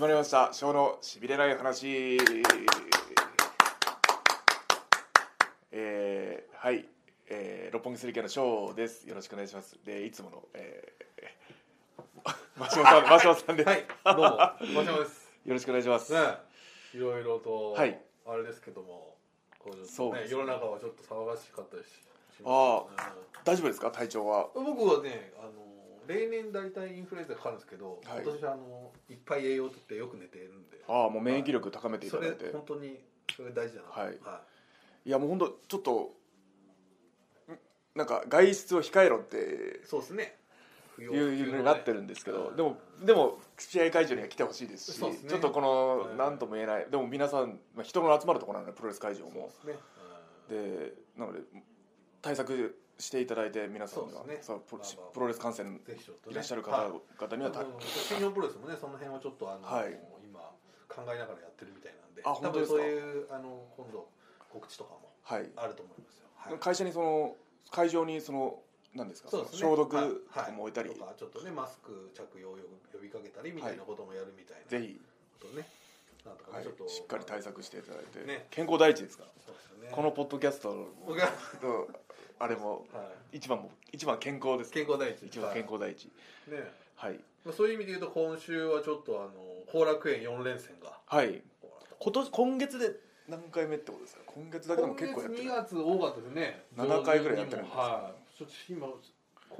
まりました小のしびれない話えー、はい、えー、六本木スリキャの小ですよろしくお願いしますでいつもの、え ー、マシオさんマシオさんです、はい、どうも、マシャマです。よろしくお願いします、ね、いろいろと、はいあれですけども、こうちょっとそうねですね世の中はちょっと騒がしかったりし、しあますね大丈夫ですか体調は僕はね、あの例年大体インフルエンザかかるんですけど、はい今年あのいっぱい栄養とってよく寝てるんで、ああもう免疫力高めていそただれいて、本当にそれ大事だなと。はい、はいやもう本当ちょっとんなんか外出を控えろっていそうですね。不要いうようになってるんですけど、うんでもでも試合会場には来てほしいですしそうですねちょっとこのうん何とも言えない、でも皆さん、まあ、人の集まるところなのでプロレス会場そうもですね。うんでなので対策していただいて皆さんがそうですねそうプロまあまあプロレス観戦ぜひちょっと、ね、いらっしゃる方はい々にはた、あの新日本プロレスもねその辺をちょっとあの、はい今考えながらやってるみたいなんであ本当ですか多分そういうあの今度告知とかもはい、あると思いますよ、はい会社にその会場にその何ですかそうですね消毒はいとかも置いたり、はいとかちょっとねマスク着用を呼びかけたりみたいなこともやるみたいなぜひ、ことね、なんとかねはいちょっとしっかり対策していただいて、ね健康第一ですからそうですよねこのポッドキャストの 僕が、はあれもい、一番も一番健康です健康第一一番健康第一はいねはいまあ、そういう意味で言うと今週はちょっとあの後楽園4連戦がはい今年今月で何回目ってことですか今月だけでも結構やってる今月2月多かったですね7回ぐらいやってるんですよはいちょっと今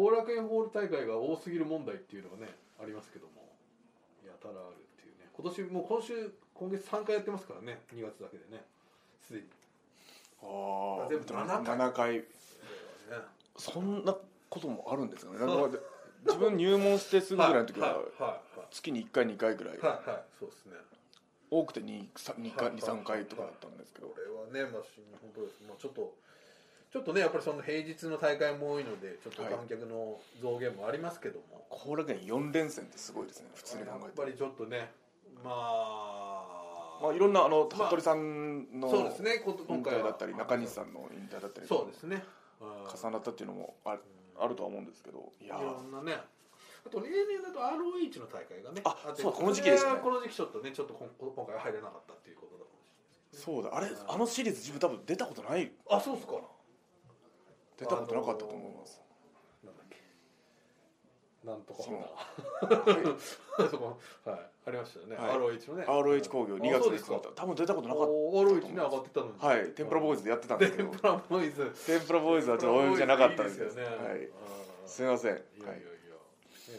後楽園ホール大会が多すぎる問題っていうのがねありますけどもやたらあるっていうね今年もう今週今月3回やってますからね2月だけでねすでにああ全部7回7回そんなこともあるんですよねなんか自分入門してすぐぐらいの時はいははいはい月に1回2回ぐらいはいはいそうですね多くて23はいはい回とかだったんですけどこれはねまあ新日本プロレスもちょっとちょっとねやっぱりその平日の大会も多いのでちょっと観客の増減もありますけども、後楽園4連戦ってすごいですね普通に考やっえぱてりちょっとねまあ、まあいろんなあのまあ服部さんのそうです引ねこ今回退はだったり中西さんの引退だったりそうですね重なったっていうのもあるあるとは思うんですけどいいややーいろんなねあと例年だと ROH の大会がねあってそうこの時期でしたねそれはこの時期ちょっとねちょっとこん今回は入れなかったっていうことだと思うしそうだあれあのシリーズ自分多分出たことないあそうっすか出たことなかったと思います、なんだっけなんとかそのそ そこはいありましたよね、はい ROH のね ROH 工業2月あそにうです作かった多分出たことなかっお ROH ね上がってたのに たはい天ぷらボーイズでやってたんですけテどン プラボーイズ天ぷらボーイズはちょっとお呼びじゃなかったんですいいよよね、はいうんすみませんはいいやいやいや、ね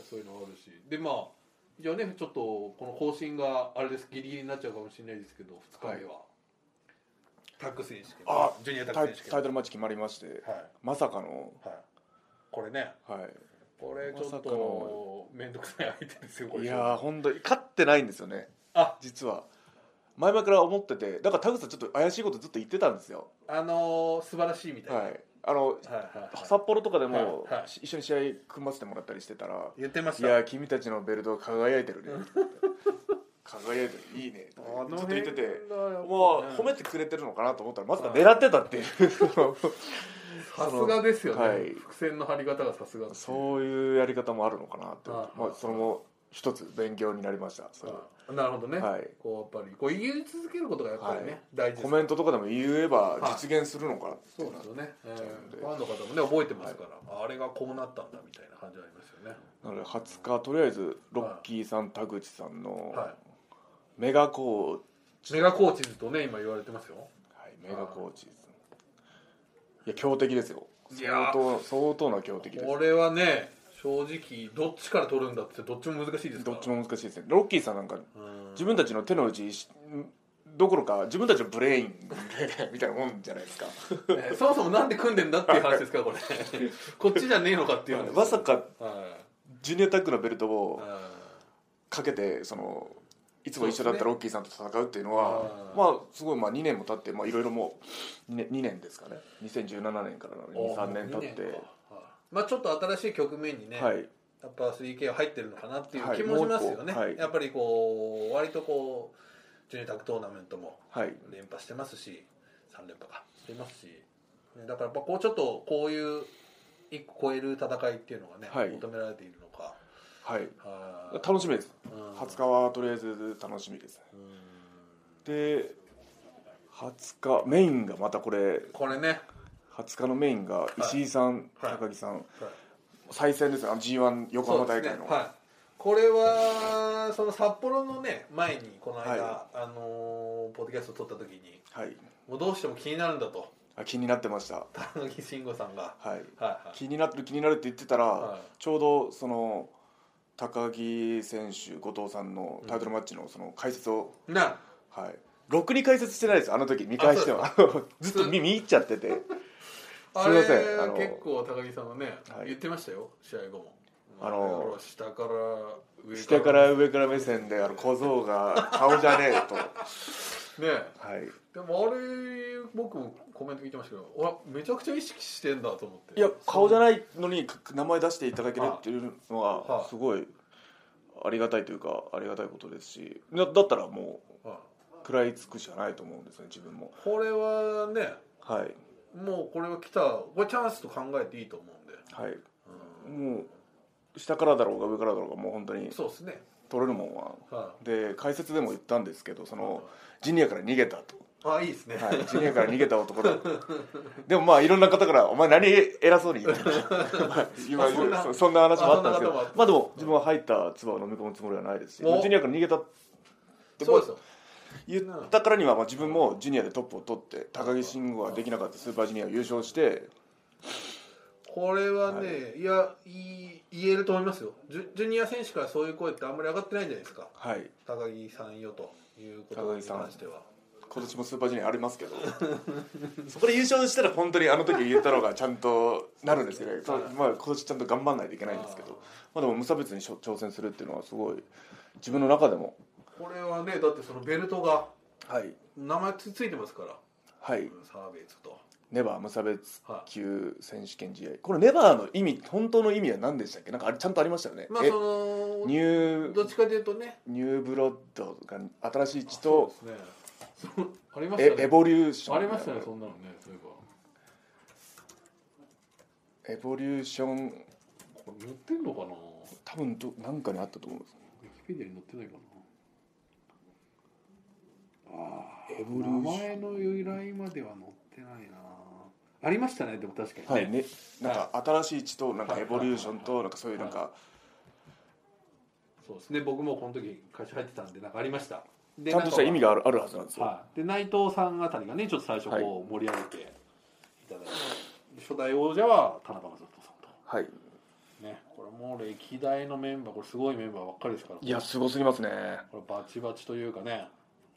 そういうのもあるしでまあじゃあねちょっとこの更新があれですギリギリになっちゃうかもしれないですけど2日目は、タッグ選手権あジュニアタタイッグ選手タイ権トルマッチ決まりましてはいまさかのはいこれねはいこれちょまっさかのと面倒くさい相手ですよこれいやー本当に勝ってないんですよねあ実は前々から思っててだから田口さんちょっと怪しいことずっと言ってたんですよあのー素晴らしいみたいな、ははいいあのはいはい札幌とかでもはいはいし一緒に試合組ませてもらったりしてたら言ってましいたや君たちのベルト輝いてるね輝いてるいいねずあのっと辺言っててがまやあっぱ褒めてくれてるのかなと思ったらまさかはい狙ってた っていうさすがですよね、はい伏線の張り方がさすがそういうやり方もあるのかなってはいまあそれも一つ勉強になりましたそれはあなるほどね、はいこうやっぱりこう言い続けることがやっぱりね、はい大事ですコよねメントとかでも言えば実現するのかなってそいううでのはすよね、えんでーファンの方もね覚えてますから、あれがこうなったんだみたいな感じありますよねなので20日とりあえずロッキーさん田口さんのはメガコーチいメガコーチズとね今言われてますよはい、メガコーチですねいや強敵ですよいや相当相当な強敵ですこれはね正直どっちから取るんだってどっちも難しいですかどらっちも難しいですねロッキーさんなんかうん自分たちの手の内しどころか自分たちのブレイ ンみたいなもんじゃないですかねそもそもなんで組んでんだっていう話です からこれこっちじゃねえのかっていう話まさかはジュニアタックのベルトいをはかけてそのいつも一緒だったそうですねロッキーさんと戦うっていうのはあーまあすごいまあ2年も経ってまあいろいろもう 2, 年2年ですかね2017年からい23年経っ二てかはいまあちょっと新しい局面にね、はいやっぱ 3K は入ってるのかなっていはうい気もしますよもうね、一個はいやっぱりこう割とこうジュニアタックトーナメントもはい連覇してますし3連覇かしてますしだからやっぱこうちょっとこういう一個超える戦いっていうのがね、はい求められているのかはいは楽しみですいうん20日はとりあえず楽しみですねで20日メインがまたこれこれね、 20日のメインが石井さん、はい高木さん再戦ですねあの g 1横浜大会そうでの、すねはい、これはその札幌のね前にこの間、はあのーポッドキャストを撮った時にはい、もうどうしても気になるんだとあ気になってました田中慎吾さんがはいはいはい気になってる気になるって言ってたら、はいちょうどその高木選手後藤さんのタイトルマッチのその解説を、なはいろくに解説してないですあの時見返しては ずっと見見入っちゃっててあすいれませんあの結構高木さんはね、はい言ってましたよ試合後もあのーほら下から上から下から上から目線であの小僧が顔じゃねえとねはいでもあれ僕もコメント聞いてましたけど俺めちゃくちゃ意識してんだと思っていや顔じゃないいのにか名前出していただけるっていうのはがいすごいありがたいというかありがたいことですしだだったらもう食らいつくしかないと思うんですね自分もこれはねはいもうこれは来たこれチャンスと考えていいと思うんで、はいうんもう下からだろうが上からだろうがもう本当にそうですね取れるもんははで解説でも言ったんですけどそい、のジュニアから逃げたと、あいいですね、はい、ジュニアから逃げた男だとでもまあいろんな方から「お前何偉そうに 言ってんだ」今あそんなそそんな話もあったんですけあそんな方もどあったまあでも自分は入った唾を飲み込むつもりはないですし、おまあジュニアから逃げたってそうですよ言ったからにはまあ自分もジュニアでトップを取って高木慎吾はできなかったスーパージュニアを優勝してこれはね、い、やいい言えると思いますよジュジュニア選手からそういう声ってあんまり上がってないじゃないですかはい高木さんよというこ高と木にさん関しては今年もスーパージュニアありますけど そこで優勝したら本当にあの時言ったのがちゃんとなるんですけど、そうまあ、今年ちゃんと頑張らないといけないんですけどまあ、でも無差別にしょ挑戦するっていうのはすごい自分の中でもこれはねだってそのベルトがはい名前つついてますからはいうんサーベイツとネバー無差別級選手権試合これネバーの意味本当の意味は何でしたっけなんかあれちゃんとありましたよね、まあえそニュのーどっちかというとねニューブロッドが新しい血とそうですねそうありましたえねエボリューションありましたねそんなのねそういえばエボリューションこれ載ってんのかな多分どなんかにあったと思うんですウィキペディアに載ってないかなエボリュ名ーション前の由来までは載ってないなありましたねでも確かにはいね、なんか新しい血となんかエボリューションとなんかそういうなんかそうですね僕もこの時会社入ってたんでなんかありましたでちゃんとした意味ががあるあるはずなんですよはい、で内藤さんあたりがねちょっと最初はいこう盛り上げていただいて、初代王者は田中正人さんはいとねこれもう歴代のメンバーこれすごいメンバーばっかりですからいやすごすぎますねこれバチバチというかね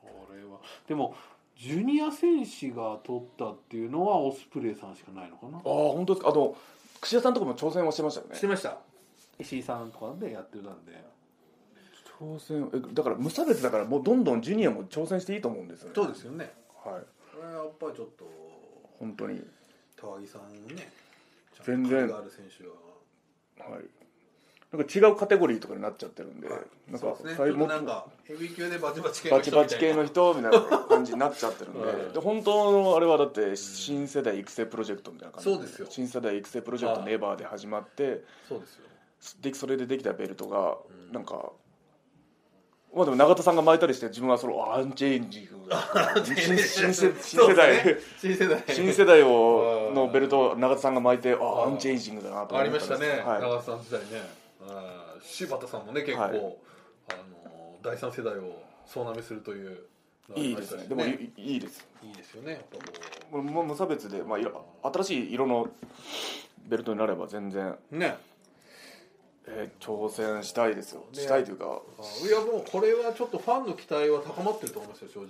これはでもジュニア選手が取ったっていうのはオスプレイさんしかないのかなああ本当ですかあと櫛田さんとかも挑戦はしてましたよねしてました石井さんとかでやってたんで挑戦えだから無差別だからもうどんどんジュニアも挑戦していいと思うんですよねそうですよねはいこれはやっぱりちょっと本当に高木さんのね全然ちゃんと価値がある選手ははいなんか違うカテゴリーとかになっちゃってるんで、なんそうかですねち最ょっ後となんかヘビー級でバチバチ系のバチ人みたいバなチ系の人みたいな感じになっちゃってるんで,、はいで本当のあれはだって新世代育成プロジェクトみたいな感じそうですよ新世代育成プロジェクトネバーで始まってそうですよでそれでできたベルトがうんなんか、まあでも永田さんが巻いたりして自分はそのアンチェン ジング新新世新世代、そうですね新世代新世代をうんのベルトを永田さんが巻いてあうあアんンチェンジングだなと思ったありんでますしたね、は長瀬さん時代ねあー柴田さんもね結構、はいあのー第三世代を総なめするというのい、があいりいまでしすたねしでもいいいいですいいですよねやっぱこもうもう無差別で、まあ、いろ新しい色のベルトになれば全然、うねえー挑戦したいですよねしたいというかあーいやもうこれはちょっとファンの期待は高まってると思いますよ正直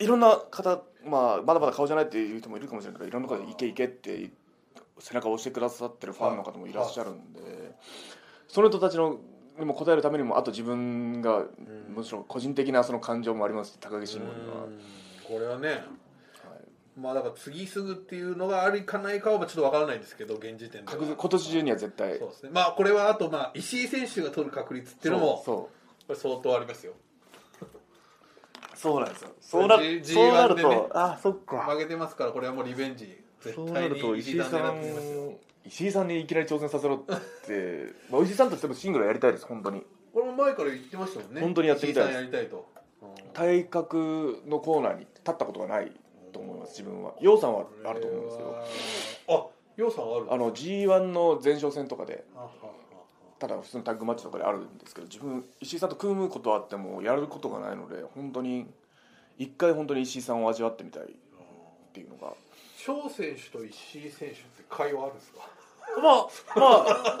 いろんな方、まあ、まだまだ顔じゃないっていう人もいるかもしれないけどいろんな方に「いけいけ」って背中を押してくださってるファンの方もいらっしゃるんで、その人たちのにも応えるためにもあと自分が、んもちろん個人的なその感情もありますし高木慎吾には、うはんこれはねまあだから次すぐっていうのがあるかないかはちょっとわからないんですけど現時点い、で確実は今年中には絶対そうですねまあこれはあとまあ石井選手が取る確率っていうのもそうこれ相当ありますよそうそうなんですよそうそうな G- そうなる G1 でねとあそっか負けてますからこれはもうリベンジ絶そうな対るにと石石井井さんさ狙んってきますよ石井さんにいきなり挑戦させろってまあ石井さんとしてもシングルはやりたいです本当にこれも前から言ってましたもんね本当にやってみたいで石井すさんやりたいと、うん体格のコーナーに立ったことがないと思います自分は楊さんはあると思うんですけどどあようさんはあるあの g 1の前哨戦とかであはあはただ普通のタッグマッチとかであるんですけど自分石井さんと組むことはあってもやることがないので本当に一回本当に石井さんを味わってみたいっあていうのが翔選手と石井選手って会話あるんですかまあま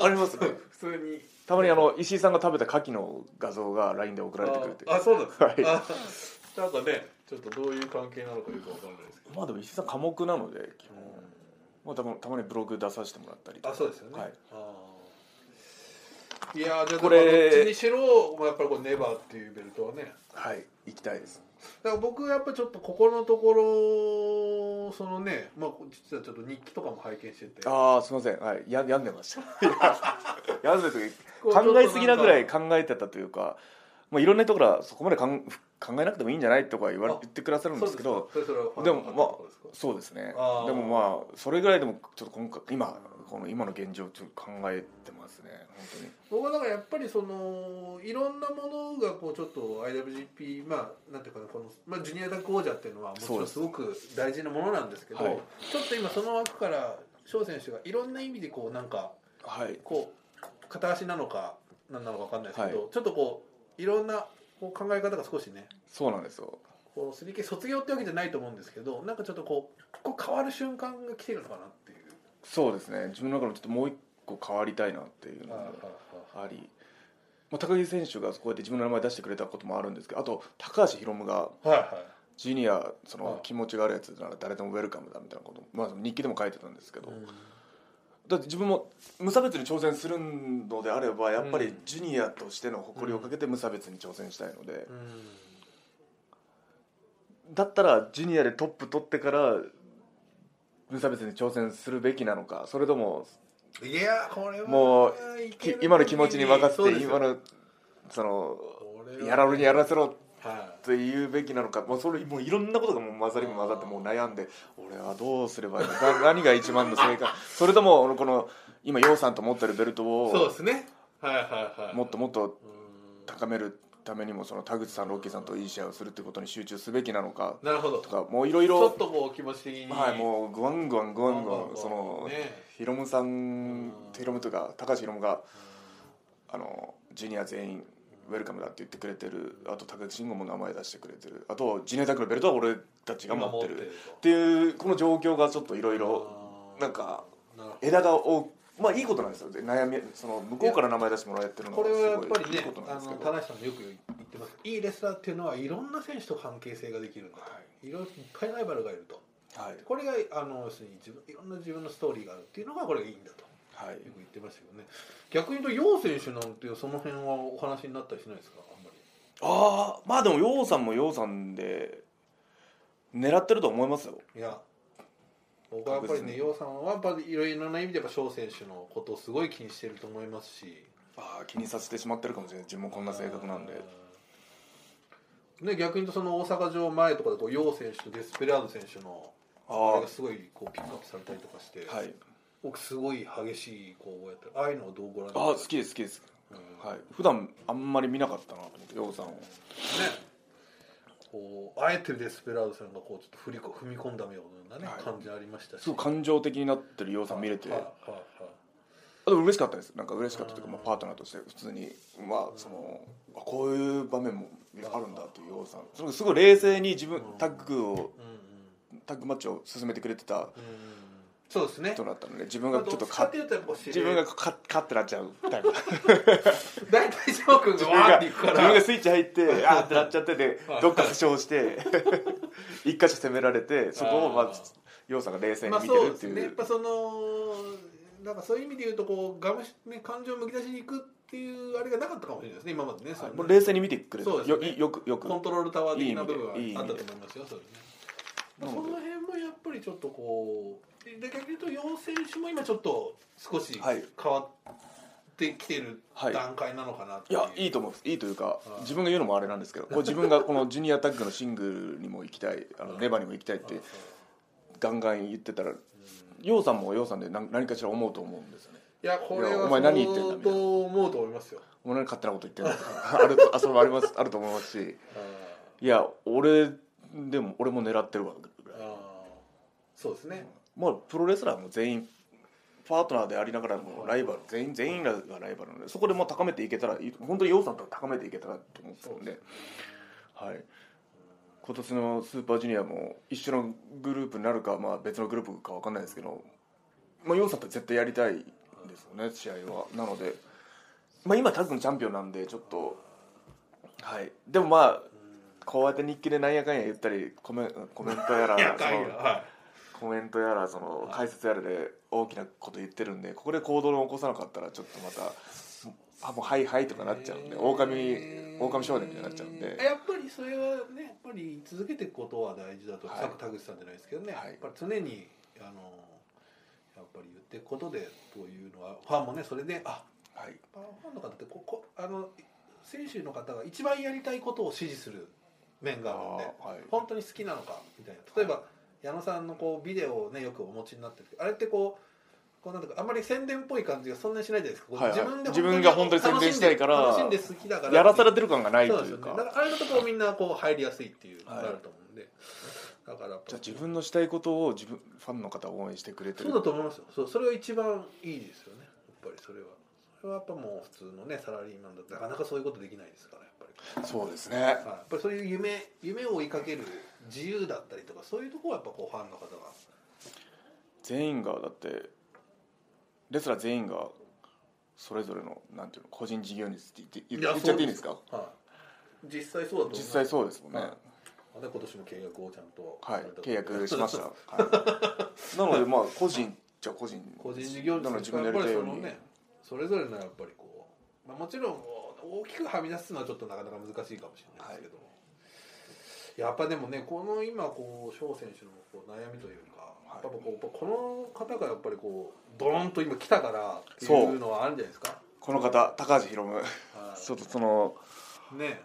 あありますね普通にたまにあの石井さんが食べた牡蠣の画像が LINE で送られてくれてああそうなんですか、はいあなんかねちょっとどういう関係なのかよくわかんないですけど、まあでも石井さん寡黙なので基本うんまあ、たまたまにブログ出させてもらったりとかあそうですよね、はい、あーいやーでもこれどっちにしろ、まあ、やっぱりこうネバーっていうベルトはねはい、行きたいですだから僕はやっぱちょっとここのところそのね、まあ、実はちょっと日記とかも拝見しててああすいません、はい、や病んでま したいや病んでるこう時考えすぎなぐらいちょっ考えてたというかまあ、いろんな人からそこまでかん考えなくてもいいんじゃないとか言われあ言ってくださとるなんんかですけどそうでですかそれそれはもファンの方とかですかそうですねあーでもまあそれぐらいでもちょっと今回今この今の現状ちょっと考えてますね本当に僕はだからやっぱりそのいろんなものがこうちょっと IWGP まあなんていうかなこの、まあ、ジュニアタッグ王者っていうのはもちそうろんですすごく大事なものなんですけどはいちょっと今その枠から翔選手がいろんな意味でこうなんかはいこう片足なのかなんなのかわかんないですけど、はちょっとこういろんなこう考え方が少しねそうなんですよこう 3K 卒業ってわけじゃないと思うんですけどなんかちょっとこうこう変わる瞬間が来てるのかなっていう。そうですね自分の中でちょっともう一個変わりたいなっていうのがあり、まあ、高木選手がこうやって自分の名前出してくれたこともあるんですけどあと高橋宏夢がはいはいジュニアそはいの気持ちがあるやつなら誰でもウェルカムだみたいなことも、まあ、日記でも書いてたんですけど、うんだって自分も無差別に挑戦するのであればやっぱうりんジュニアとしての誇りをかけて無差別に挑戦したいので、うんだったらジュニアでトップ取ってから無差別に挑戦するべきなのかそれともいやこれはもういきける今の気持ちに任せそうでてすよ今のそのこれはやられにやらせろっはていうべきなのか、まあ、それもういろんなことがもう混ざりも混ざってもう悩んで俺はどうすればいいのな 何が一番の正解それともこの今楊さんと持ってるベルトいそうをですねはいはいはいもっともっとうん高めるためにもその田口さんロッキーさんといい試合をするってことに集中すべきなのかなるほどとちかもういろいょろっとこう気持ち的にはいもうグワングワングワングワグワングワンンそのねヒロムさんんヒロムというか高橋ヒロムがあのジュニア全員ウェルカムだって言ってくれてるあと高木慎吾も名前出してくれてるあとジュニアタックのベルトは俺たちが持ってるっとていうこの状況がちょっといろいろあーなんかなるほど枝が大まあいいことなんですよで悩みその向こうから名前出してもらえてるのこがれすごはいやっぱりいいねことなあんですけのど田中さんもよく言ってますいいレスラーっていうのはいろんな選手と関係性ができるんだと、、はいろいろいっぱいライバルがいるとはいこれがあの要するに自分いろんな自分のストーリーがあるっていうのがこれがいいんだとはいよく言ってましたけどね逆に言うと楊選手なんてその辺はお話になったりしないですかあんまりああまあでも楊さんも楊さんで狙ってると思いますよいや僕はやっぱり確実ねに楊さんはやっぱりいろいろな意味でやっぱ翔選手のことをすごい気にしてると思いますしああ気にさせてしまってるかもしれない自分もこんな性格なんでね、逆に言うとその大阪城前とかでこう楊選手とデスペラード選手のあああれはがすごいこうピックアップされたりとかして、い僕すごい激しい攻防やったりああいうのをどうご覧にあなあっ好てきです好きです、うんはい普段あんまり見なかったなと思って楊さんをねこうあえてデスペラードさんがこうちょっと振りこ踏み込んだようなね、はい感じありましたしすごい感情的になってる楊さん見れてはいあはいはいでも嬉しかったですなんか嬉しかったというか、まあ、パートナーとして普通にまあそのあこういう場面もあるんだという楊さんそのすごい冷静に自分タッグをうんうんタッグマッチを進めてくれてたうんそうですね人だったので自分まあがちょっとどっちかかっていうとやっぱこう自分がカッカッてなっちゃうタイプ 大体翔くんが自分わーっがてい自くから分がスイッチ入ってあーってなっちゃってではいどっか負傷して 一箇所攻められてそこをまああー楊さんが冷静にまあ見てそうるでってすねいやっうぱそのなんかそういう意味で言うとこうがむし、ね、感情をむき出しにいくっていうあれがなかったかもしれないですね今までねそのもう冷静に見てくれてそうですよねいよくよくコントロールタワー的ないい意味部で分はいい意あっ味でたと思いますよそれねまなあそのので辺もやっぱりちょっとこうで逆に言うと楊選手も今ちょっと少しはい変わってきてるはい段階なのかなっていいう、やいいと思うんですいいというかはい自分が言うのもあれなんですけどこう自分がこのジュニアタッグのシングルにも行きたいあのネバにも行きたいってガンガン言ってたら楊さんも楊さんで何何かしら思うと思うんですよねいやこれいやはお前何言ってんだみたいなと思うと思いますよお前何勝手なこと言ってるの あるとあそれもありますあると思いますしあいや俺でも俺も狙ってるわぐーらいあーそうですねまあプロレスラーも全員パートナーでありながらもライバル全員全員がライバルなのでそこでもう高めていけたらいい本当に楊さんとは高めていけたらと思ってたんではい今年のスーパージュニアも一緒のグループになるか、まあ、別のグループか分かんないですけど、まあ、ヨウさんと絶対やりたいんですよね試合はなので、まあ、今タッグのチャンピオンなんでちょっとはいでもまあこうやって日記でなんやかんや言ったりコメンコメントやらかんそのはコメントやらその解説やらで大きなこと言ってるんでここで行動を起こさなかったらちょっとまた「あもうはいはい」とかなっちゃうんで狼狼少年みたいになっちゃうんでやっぱりそれはねやっぱり続けていくことは大事だと、はいさっき田口さんじゃないですけどね、はいやっぱり常にあのやっぱり言っていくことでというのはファンもねそれであはいファンの方ってここあの選手の方が一番やりたいことを支持する面があるんで、あーはい本当に好きなのかみたいな例えば、矢野さんのこうビデオをねよくお持ちになってるけどあれってこうこうなんていうかあんまり宣伝っぽい感じがそんなにしないじゃないですか、こうはいはい自分自分でが本本当当にに楽宣し伝んしでたいから楽しんで好きだからやらされてる感がないそうとなんいですようねかだからあれのとこみんなこう入りやすいっていうのがあると思うんで、だからやっぱじゃあ自分のしたいことを自分ファンの方応援してくれてそるうだと思いますよそうそれが一番いいですよねやっぱりそれはそれはやっぱもう普通のねサラリーマンだとなかなかそういうことできないですからやっぱりそうですねはいやっぱりそういう夢夢を追いかける自由だったりとかそういうところはやっぱこうファンの方が全員がだってレスラー全員がそれぞれのなんていうの個人事業主って言ってい言やっちゃっていいんですかはい実際そうだと思います実際そうですもんねはいで今年も契約をちゃんとはいされた契約しま したはいなのでまあ個人じゃ個人個人事業主なので自としては分でやりたやっぱりいよそうのにねそれぞれのやっぱりこう、まあ、もちろん大きくはみ出すのはちょっとなかなか難しいかもしれないですけど、やっぱでもねこの今こう翔選手のこう悩みというか、はいやっぱこうやっぱこの方がやっぱりこうドーンと今来たからってそいううのはあるんじゃないですかこの方高橋宏夢はいちょっとそのね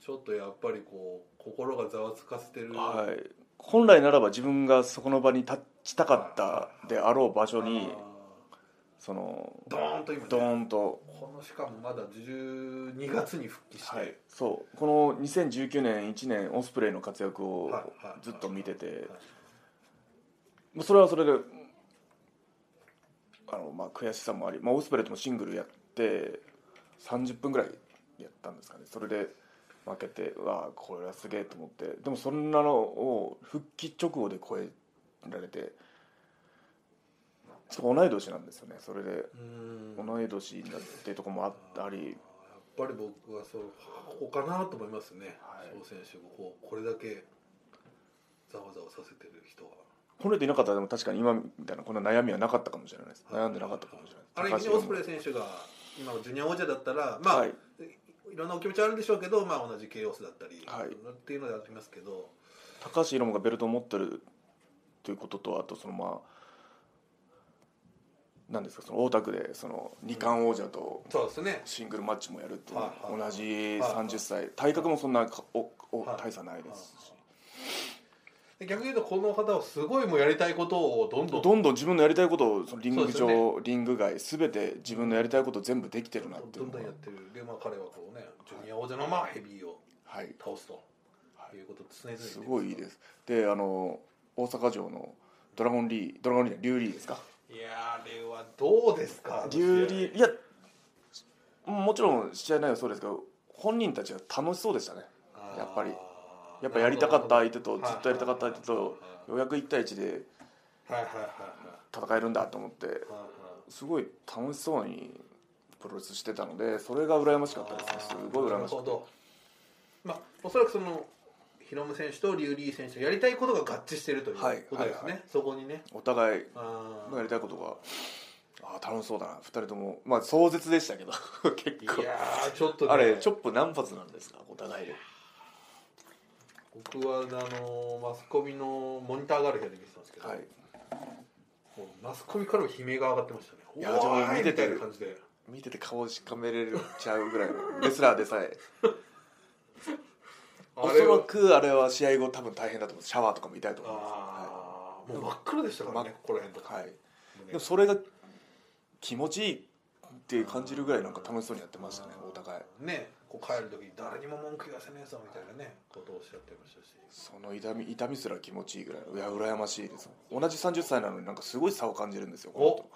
ちょっとやっぱりこう心がざわつかせてる、はい本来ならば自分がそこの場に立ちたかったであろう場所にあそのードーンと今、ね、ドーンとこのしかもまだ12月に復帰して、はい、そうこの2019年1年オスプレイの活躍をはいはいはいずっと見ててはいもうそれはそれであの、まあ、悔しさもあり、まあ、オスプレイともシングルやって30分ぐらいやったんですかねそれで負けてうわあこれはすげえと思ってでもそんなのを復帰直後で超えられてしかも同い年なんですよねそれでうん同い年になってとこもあありやっぱり僕はそうここかなと思いますね、はい翔選手もこうこれだけざわざわさせてる人はこれでいなかったらでも確かに今みたいなこんな悩みはなかったかもしれないです悩んでなかったかもしれないあれ高一橋応オス宏プレ夢イ選手が今のジュニア王者だったらまあ、はいい、ろんなお気持ちはあるんでしょうけど、まあ、同じ KOS だったり、はいっていうのでありますけど高橋宏夢がベルトを持ってるということとあとそのまあなんですかその大田区でその二冠王者とそうですねシングルマッチもやるっていうはいはい同じはい30歳体格もそんなかおおはい大差ないですしで逆に言うとこの方はすごいもうやりたいことをどんどんどんどん自分のやりたいことをそのリングそうですよ上リング外全て自分のやりたいことを全部できてるなっていどうんのどがんやってるで、まあ、彼はこうねジュニア王者のまあヘビーをはい倒すということを常々すごいいいですであの大阪城のドラゴンリードラゴンリーリュウリーですかいやーあれはどうですかリュウリーいやもちろん試合内容はそうですけど本人たちが楽しそうでしたねやっぱりやっぱやりたかった相手とずっとやりたかった相手とようやく1対1ではいはいはいはい戦えるんだと思ってはいはいすごい楽しそうにプロレスしてたのでそれが羨ましかったですねすごい羨ましかなるほっどまあおそらくそのヒロム選手とリュウリー選手がやりたいことが合致してるというこはいとですね、はいはそこにねたお互いあーやりたいことがあー楽しそうだな2人ともまあ壮絶でしたけど 結構いやーちょっと、ね、あれチョップ何発なんですかお互いで僕はあのーマスコミのモニターがある部屋で見てたんですけど、はいもうマスコミからも悲鳴が上がってましたねいやでもおーい見ててみたいな感じで見てて顔しかめれちゃうぐらいのレスラーでさえおあそれらはくあれは試合後多分大変だと思うシャワーとかも痛いと思いますあーもう真っ暗でしたからね真ここら辺とか、はい、胸でもそれが気持ちいいって感じるぐらいなんか楽しそうにやってましたねお互いねこう帰る時に誰にも文句言わせねえぞみたいなねことをおっしゃってましたしその痛み痛みすら気持ちいいぐらいいや羨ましいです同じ30歳なのになんかすごい差を感じるんですよおこの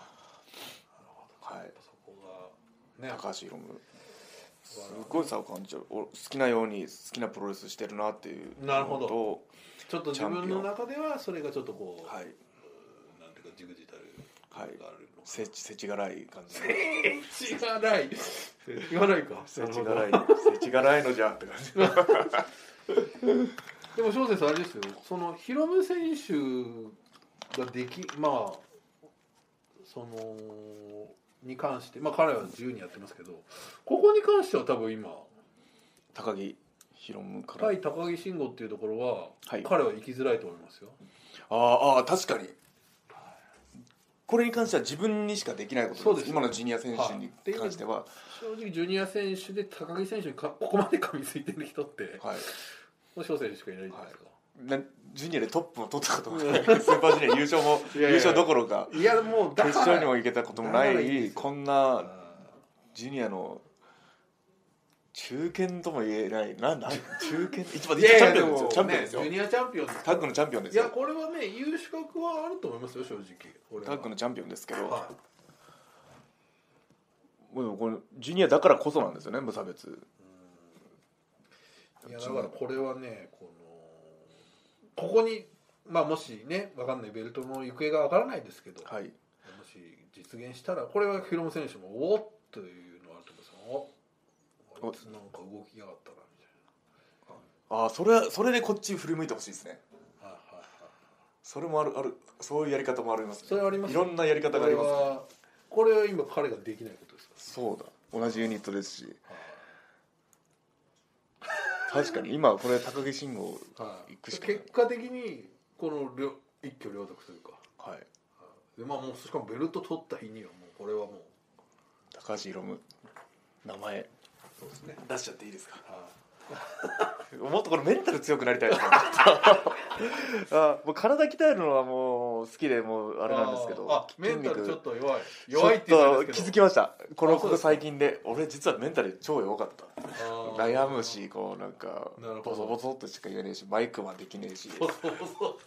人はいやっぱそこがね高橋宏夢すごい差を感じちゃうお好きなように好きなプロレスしてるなっていうなるほどのとちょっと自分の中ではそれがちょっとこう、はいなんていうかじぐじたるはいがあるの せちせちがらい感じせちがない言わないかせちがらいせちがらいのじゃんって感じでも翔選手あれですよそのヒロム選手ができまあそのに関してまあ彼は自由にやってますけどここに関しては多分今高木宏夢から、対高木慎吾っていうところは、はい彼は行きづらいと思いますよあーあー確かにこれに関しては自分にしかできないことそうです今のジュニア選手に関しては、正直ジュニア選手で高木選手にか ここまで噛みついてる人ってはい、もう翔選手しかいないじゃないですか、なジュニアでトップも取ったことも ないスーパージュニア優勝もいやいや優勝どころかい、やもうだ決から勝にも行けたこともなだいからいいんですよこんなあージュニアの中堅とも言えないなな中堅一番い一応やいチャンやピオンでですもよチャンピオンですよね、ジュニアチャンピオンですタッグのチャンピオンでいすやよこれはね言う資格はあると思いますよ正直俺タはッグのチャンピオンですけど、はいもうでもこれジュニアだからこそなんですよね無差別いやだからこれはねこのここにまあもしねわかんないベルトの行方がわからないですけど、はいもし実現したらこれはヒロム選手もおっというのはあると思うんですよおあいつなんか動きやがったなみああそれはそれでこっち振り向いてほしいですねたいなはいはいはいそれもあるあるそういうやり方もあります、ね、それはありますいろんなやり方があります、これはこれは今彼ができないことですかそうだ同じユニットですしら、はい確かに今これ高木慎吾はい行くしかない結果的にこの両一挙両得というかはいでまあもうしかもベルト取った日にはもうこれはもう高橋宏夢名前そうですね出しちゃっていいですかはもっとこれメンタル強くなり たいですねあもう体鍛えるのはもう好きでもういあれなんですけどあメ筋ン肉タルちょっと弱い弱いって言ちったょんっでとす気けどづきましたこあのそこうでこすか最近で俺実はメンタル超弱かったあー悩むしこうなんかなるほボどソボソっとしか言えねえしマイクはできねえしそうそうそ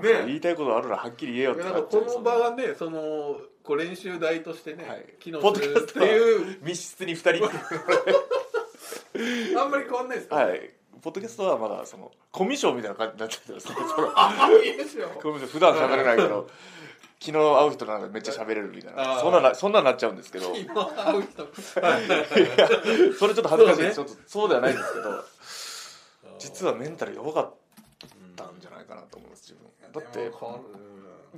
うね言いたいことあるならはっきり言えよっいてやなんなかっちゃこいそのう場がねそのこう練習台としてね、はい機能するっていう密室に2人あんまり変わんないです か、はいポッドキャストはまだそのコミュ障みたいな感じになっちゃってますねそ のあいいですよごめんなさい普段喋れないけ ど昨日会う人ならめっちゃ喋れるみたいあなーそんななそんなんなっちゃうんですけど今会う人それちょっと恥ずかしい、そうねちょっとそうではないんですけど実ははメンタル弱かったんじゃないかなと思います自分だって変わる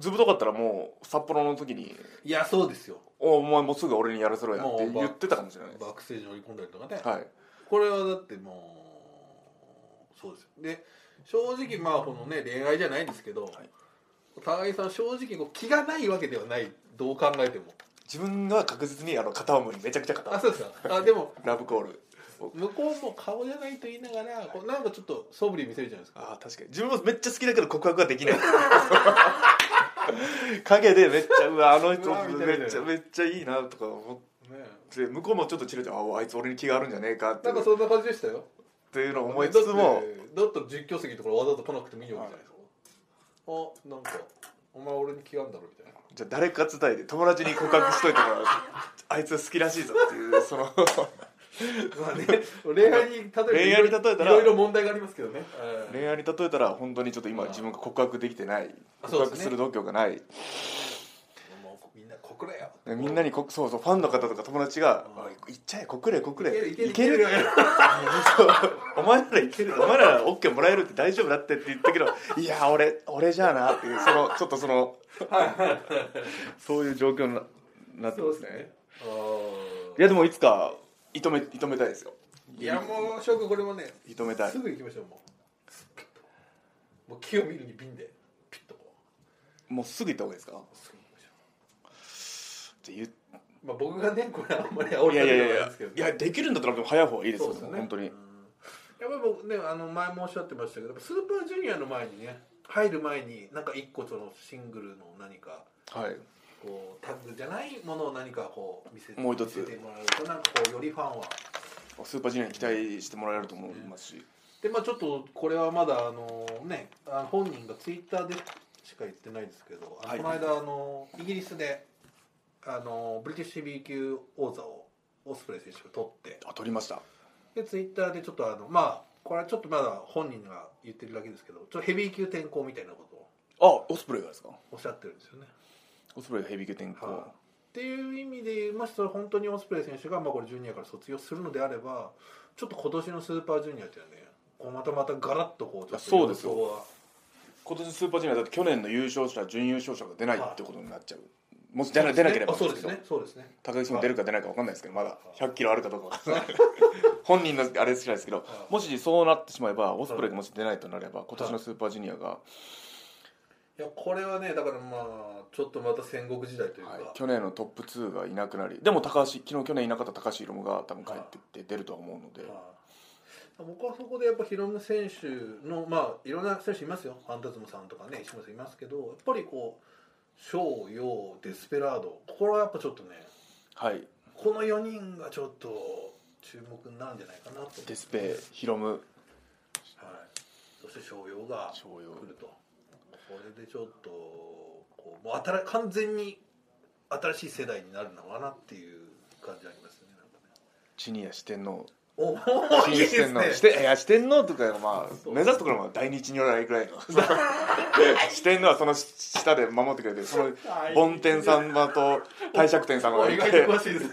ずぶとかったらもう札幌の時にいやそうですよ「おお前もうすぐ俺にやらせろや」って言ってたかもしれないですバックステージ乗り込んだりとかね、はいこれはだってもうそうですよで正直まあこのね恋愛じゃないんですけど、はい高木さん正直こう気がないわけではないどう考えても自分が確実にあの片思いにめちゃくちゃ片 あ思いそうですかあでもラブコール向こうも顔じゃないと言いながらこうなんかちょっと素振り見せるじゃないですかああ確かに自分もめっちゃ好きだけど告白はできない 影でめっちゃうわあの人うわみたいめなっちゃめっちゃいいなとか思っねて向こうもちょっとチルであああいつ俺に気があるんじゃねえかってなんかそんな感じでしたよっていうのを思いつつもだってだったら実況席のところわざと来なくてもいいよみたいな、あなんかお前俺に気があるんだろみたいなじゃあ誰か伝えて友達に告白しといてもらう あいつ好きらしいぞっていうそ のまあ ね、恋愛に例えば恋愛に例えたらいろいろ問題がありますけどね、恋愛に例えたら本当にちょっと今自分が告白できてないあ告そうです白ねする度胸がないもうみんな告れよみんなにこそうそうファンの方とか友達がうんあ「行っちゃえ告れ告れいけるいいけけるる」お前ならいけるお前なら OK もらえるって大丈夫だってって言ったけどいや俺俺じゃあなっていうそのちょっとそのそういう状況にななってますねいあやでもいつか射止め射止めたいですよーいやもう翔くんこれもね射止めたいすぐ行きましょうもうもう木を見るに瓶でピッとこもうすぐ行った方がいいですかうすぐ行きましょって言っうまあ僕がねこれあんまり煽いりやいやいたくなやいいんやですけどいやできるんだったらでも早い方がいいですよそうですね本当にうんやっぱり僕ねあの前もおっしゃってましたけどやっぱスーパージュニアの前にね入る前になんか一個そのシングルの何かはいこうタッグじゃないものを何かこう見せてもう一つ見せてもらうとなんかこうよりファンはスーパージュニアに期待してもらえると思いますし、でまあちょっとこれはまだあのねあの本人がツイッターでしか言ってないですけど、あのはいこの間あのイギリスであのブリティッシュ B 級王座をオスプレイ選手が取ってあ取りましたでツイッターでちょっとあのまあこれはちょっとまだ本人が言ってるだけですけどちょっとヘビー級転向みたいなことをあオスプレイがですかおっしゃってるんですよね。オスプレイがヘビー級転向、はいっていう意味で言いますと本当にオスプレイ選手が、まあ、これジュニアから卒業するのであればちょっと今年のスーパージュニアっていうのはねこうまたまたガラッとこうちょっとそうですよ様相が今年のスーパージュニアだって去年の優勝者準優勝者が出ないはいってことになっちゃう、もし出な出なければあそうですねそうですね高木さんも出るか出ないか分かんないですけどまだ100キロあるかどうか分かんない 本人のあれしかないですけどはいもしそうなってしまえばオスプレイがもし出ないとなれば今年のスーパージュニアが、いやこれはねだからまあちょっとまた戦国時代というか、はい去年のトップ2がいなくなりでも高橋昨日去年いなかった高橋宏夢が多分帰ってきて出るとは思うので、はい僕はそこでやっぱヒロム選手のまあいろんな選手いますよファンタズムさんとかね石村さんいますけどやっぱりこう翔陽デスペラードこれはやっぱちょっとねはい、この4人がちょっと注目になるんじゃないかなとデスペ宏夢はい、そして商用が来翔陽るとこれでちょっとこうもう新完全に新しい世代になるのかなっていう感じありますねなんかねチニア四天王おチおいいニアで四天す王ねしていや四天王とかまあそう目指すところは第二によらいぐらい の四天王はその下で守ってくれてその梵天様と帝釈天様おが意い外てと詳しいです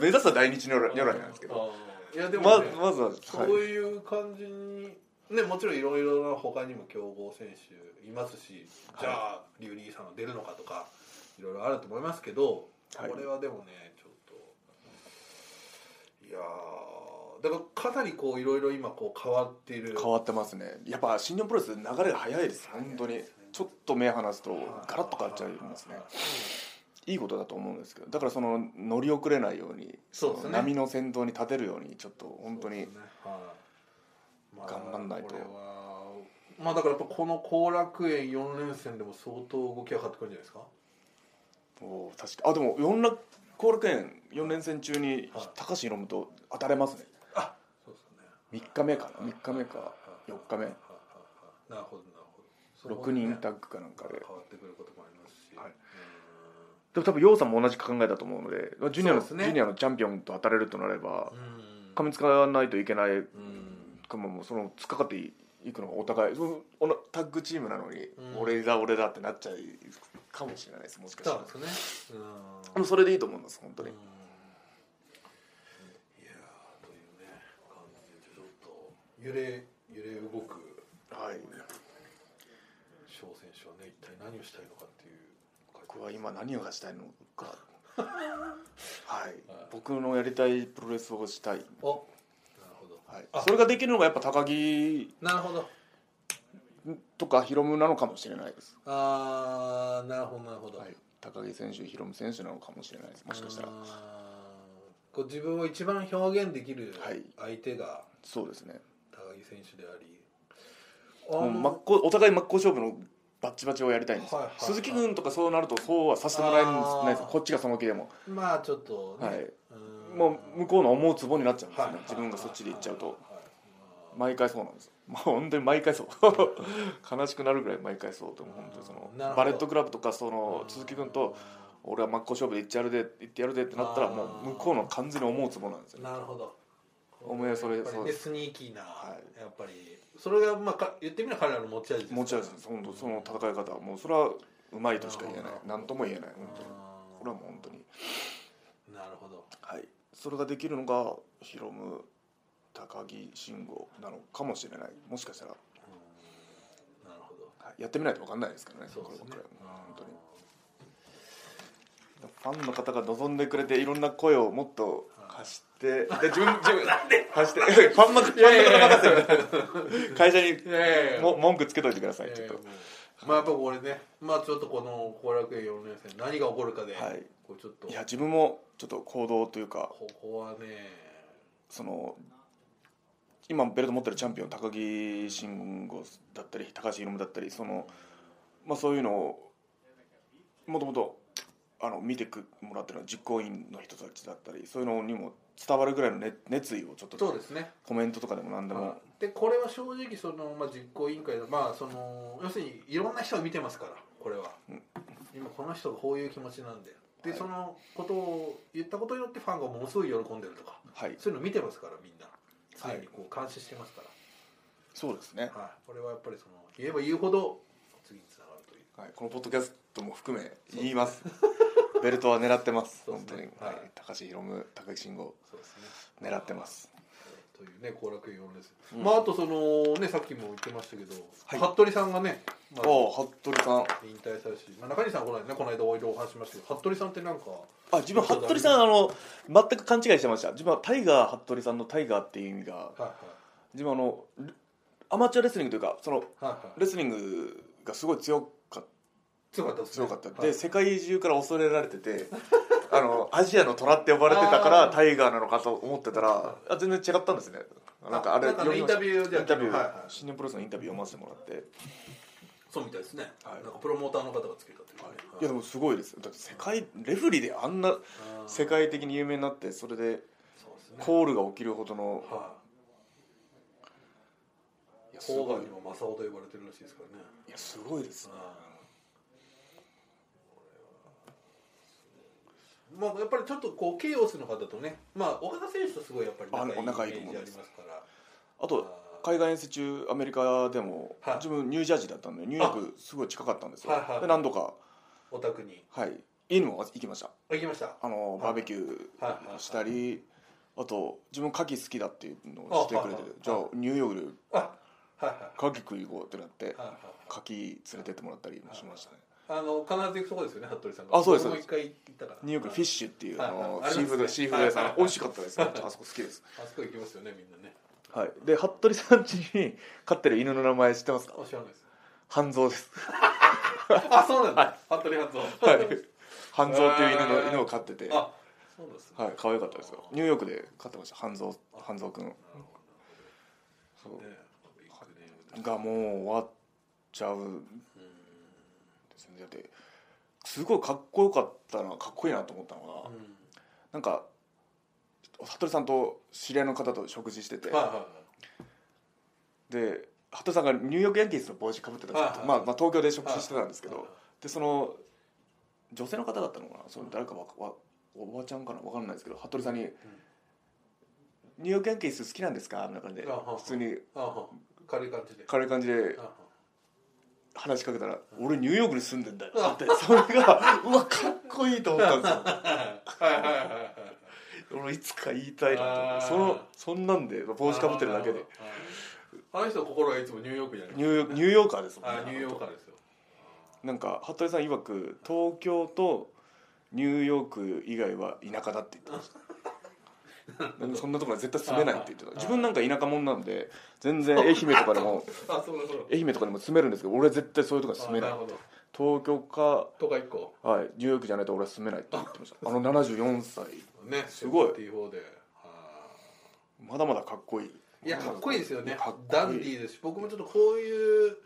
目指すは第二如来如来なんですけどあーいやでも、まねまずは、そうはい、いう感じにねもちろんいろいろな他にも強豪選手いますしじゃあリュウリーさんが出るのかとかいろいろあると思いますけど、はいこれはでもねちょっといやーだからかなりこういろいろ今こう変わっている変わってますねやっぱ新日本プロレス流れが早いです早い本当にちょっと目離すとガラッと変わっちゃいますねはいいいことだと思うんですけどだからその乗り遅れないようにそうですねの波の先頭に立てるようにちょっと本当に、そうですねはいまあ頑張んないとこれはまあだからやっぱこの後楽園4連戦でも相当動きが変わってくるんじゃないですかおー確かあでも四楽後楽園4連戦中にはい高橋宏夢と当たれますねそうですよね3日目かな3日目か4日目なるほどなるほど6人タ変ッグかなんかでわってくることもありますし、はいうーでも多分楊さんも同じ考えだと思うのでジュニアの、そうですねジュニアのチャンピオンと当たれるとなればんうーん噛みつかないといけないうんかももうその突っかかっていくのがお互いそのおなタッグチームなのに、うん俺だ俺だってなっちゃうかもしれないですもしかしたそらうですねうーでんもそれでいいと思います本当に、うーんいやーというね感じでちょっと揺れ揺れ動くはい小選手はね一体何をしたいのかっていう僕は今何をしたいのかはい、はい僕のやりたいプロレスをしたい、あなるほどはいあ、それができるのがやっぱ高木なるほどとかヒロムなのかもしれないです、あーなるほどなるほど、はい、高木選手ヒロム選手なのかもしれないですもしかしたらうーんこう自分を一番表現できるはい相手がそうですね高木選手であり、もあうの真っ向お互い真っ向勝負のバッチバチをやりたいんですよ、はいはいはい鈴木軍とかそうなるとそうはさせてもらえあーないですこっちがその気でも、まあちょっとね、はいうーんもう向こうの思うツボになっちゃうんですよはね、いはい自分がそっちで行っちゃうはいとはいま毎回そうなんです よもう本当に毎回そう 悲しくなるぐらい毎回そうでも本当にそなるほのどバレットクラブとかそのあ鈴木君と俺は真っ向勝負で行ってやるで行ってやるでってなったらあーもう向こうの完全に思うツボなんですよねなるほどお前はそれやっぱりそうねですスニーキーな、はやっぱりそれがまあか言ってみれば彼らの持ち味ですから持ち味です本当その戦い方はもうそれはうまいとしか言えなないるほど何とも言えないうん本当にこれはもう本当になるほどはい、それができるのがヒロム高木慎吾なのかもしれないもしかしたら、うんなるほどはいやってみないと分かんないですからねそうですねこればっかりは本当にファンの方が望んでくれていろんな声をもっと発して、で自分 自分発してファンマファンの方任せみたいな会社にいやいやいやも文句つけといてくださいえちょっと、ーまあやっぱこれねまあちょっとこの後楽園4連戦何が起こるかで、はいこうちょっといや自分もちょっと行動というかここはねその今ベルト持ってるチャンピオン高木慎吾だったり高橋宏夢だったりその、まあ、そういうのをもともとあの見てくもらってるのは実行委員の人たちだったりそういうのにも伝わるぐらいの熱熱意をちょっそとうですねコメントとかでも何でも、でこれは正直その、まあ、実行委員会のまあその要するにいろんな人が見てますからこれは、うん今この人がこういう気持ちなんでで、はいそのことを言ったことによってファンがものすごい喜んでるとかはいそういうの見てますからみんな常はいにこう監視してますかそうですねら、、はいこれはやっぱりその言えば言うほど次につながるというはい、このポッドキャストも含め言います ベルトは狙ってますそうで本す当に、ねはいはい高橋宏夢高木慎吾そうですね狙ってますというね後楽園4です、うんまああとそのねさっきも言ってましたけど、はい服部さんがね、まあおお服部さん引退されるし、まあ、中西さんこの間ねこの間お色々お話ししましたけど服部さんってなんかあ自分服部さんあの全く勘違いしてました自分はタイガー服部さんのタイガーっていう意味がはい自分はあのルアマチュアレスリングというかそのはいはいはいレスリングがすごい強かった強かったです強ねかった、はでい世界中から恐れられてて あのアジアの虎って呼ばれてたからあータイガーなのかと思ってたらあ全然違ったんですねなんかあれなんかね読みましたインタビューでインタビュー、はいはい新日本プロレスのインタビュー読ませてもらってそうみたいですね、はいなんかプロモーターの方がつけたというかね、いやでもすごいですだって世界レフェリーであんなあー世界的に有名になってそれでそうですねコールが起きるほどのはいいやす甲ごい賀にも正雄と呼ばれてるらしいですからねいやすごいですねまあ、やっぱりちょっとこうケイオスの方とね、まあ、岡田選手とすごいやっぱりあ仲いいイとメ思ーうんジありでますすからあと海外遠征中アメリカでも、はい自分ニュージャージーだったんでニューヨークすごい近かったんですよ、はいはいで何度かお宅にはい家にも行きましたあ行きましたあのはいバーベキュはいはいはーいしたりあと自分牡蠣好きだっていうのをしてくれてあはいはいじゃあニューヨークであはいは牡蠣食い行こうってなっていはいはい牡蠣連れてってもらったりもしましたねあの必ず行くとこですよね服部さんがあそうです僕も一回行ったからニューヨークフィッシシュっていうはいあはいのありますシねーフードシーフード屋さはいんはい美味しかったですねあそこ好きですュあそこ行きますよねみんなねはいで服部さん家に飼ってる犬の名前知ってますかあ知らないです半蔵ですあそうなんだ服部半蔵はい半蔵っていう犬へのー犬を飼っててあそうなんですねはい可愛かったですよニューヨークで飼ってました半蔵半蔵くんそね行くねうがもう終わっちゃうんですよねだってすごいかっこよかったなかっこいいなと思ったのが、うんなんか服部さんと知り合いの方と食事してて、はいはいはいで服部さんがニューヨークヤンキースの帽子かぶってたんですよはいはいまあ、まあ東京で食事してたんですけど、はいはいでその女性の方だったのかなその誰かわかわおばちゃんかなわかんないですけど服部さんに、ニューヨークヤンキース好きなんですか?」みたいな感じであはは普通にあは軽い感じで軽い感じであは話しかけたら「俺ニューヨークに住んでんだよ」 ってそれがうわかっこいいと思ったんですよはいはいはいはい俺いつか言いたいなと思ってあーそのそんなんで帽子かぶってるだけであの人の心はいつもニューヨークにありまニューヨークニューヨーカーですもんすあニューヨーカーーですよなんか服部さん曰く東京とニューヨーク以外は田舎だって言ってま したなんかそんなところは絶対住めないって言ってたあー自分なんか田舎者なんで全然愛媛とかでもあそうだそう愛媛とかでも住めるんですけど俺は絶対そういうとこだは住めないあなるほど東京か、とか一個はい、ニューヨークじゃないと俺は住めないって言ってましたあの74歳ねすごい T4 であまだまだかっこいいーいやかっこいいですよねかっこいいダンディーですし僕もちょっとこういう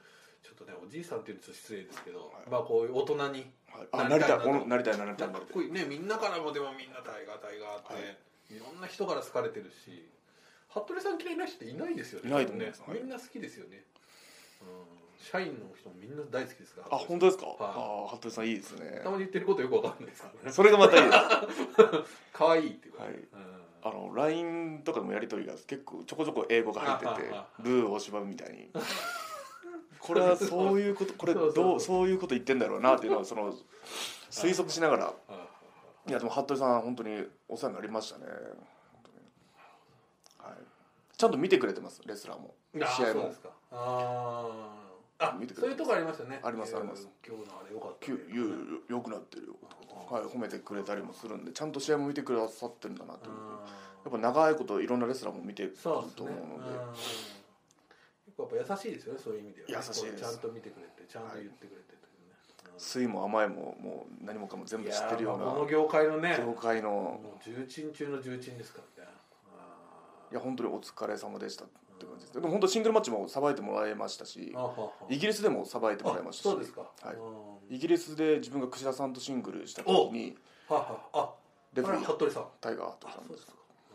ちょっとねおじいさんっていうと失礼ですけど、まあこういう大人にはいあなりたいなりたいなと俺なりたいななりたいなかっりたいこいいねみんなからもでもみんなタイガータイガーって、、はいろんな人から好かれてるし服部さん嫌いな人っていないですよねいないと思いねますはいみんな好きですよね、うん、社員の人もみんな大好きですからあ本当ですか、いああ服部さんいいですねたまに言ってることよくわかんないですからねそれがまたいい ですは可愛いっていうか、いうんあの LINE とかでもやり取りが結構ちょこちょこ英語が入っててあああルー大芝みた いにこれはそういうことこれどうそうそうそうそういうこと言ってんだろうなっていうのをその推測しながらあいやでも服部さん本当にお世話になりましたね本当にはいちゃんと見てくれてますレスラーもあ試合そうもですかあーあ見てくそれういうとこありますよねありますありますえー今日のあれよかっ「たきねゅゆうよくなってるよ」はい褒めてくれたりもするんでちゃんと試合も見てくださってるんだなとうんやっぱ長いこといろんなレスラーも見てるとそう思ですうねのでうん結構やっぱ優しいですよねそういう意味ではね、優しいですちゃんと見てくれてちゃんと言ってくれてというねうん酸いも甘いももう何もかも全部知ってるよういやーまあこのな業界のね業界のもう重鎮中の重鎮ですからねいや本当にお疲れ様でしたって感じですでも本当シングルマッチもさばいてもらえましたしあははイギリスでもさばいてもらいましたしあそうですかはいうんイギリスで自分が櫛田さんとシングルした時にははあレフェあリれー服部さんタイガーとあさんそうでですすかうん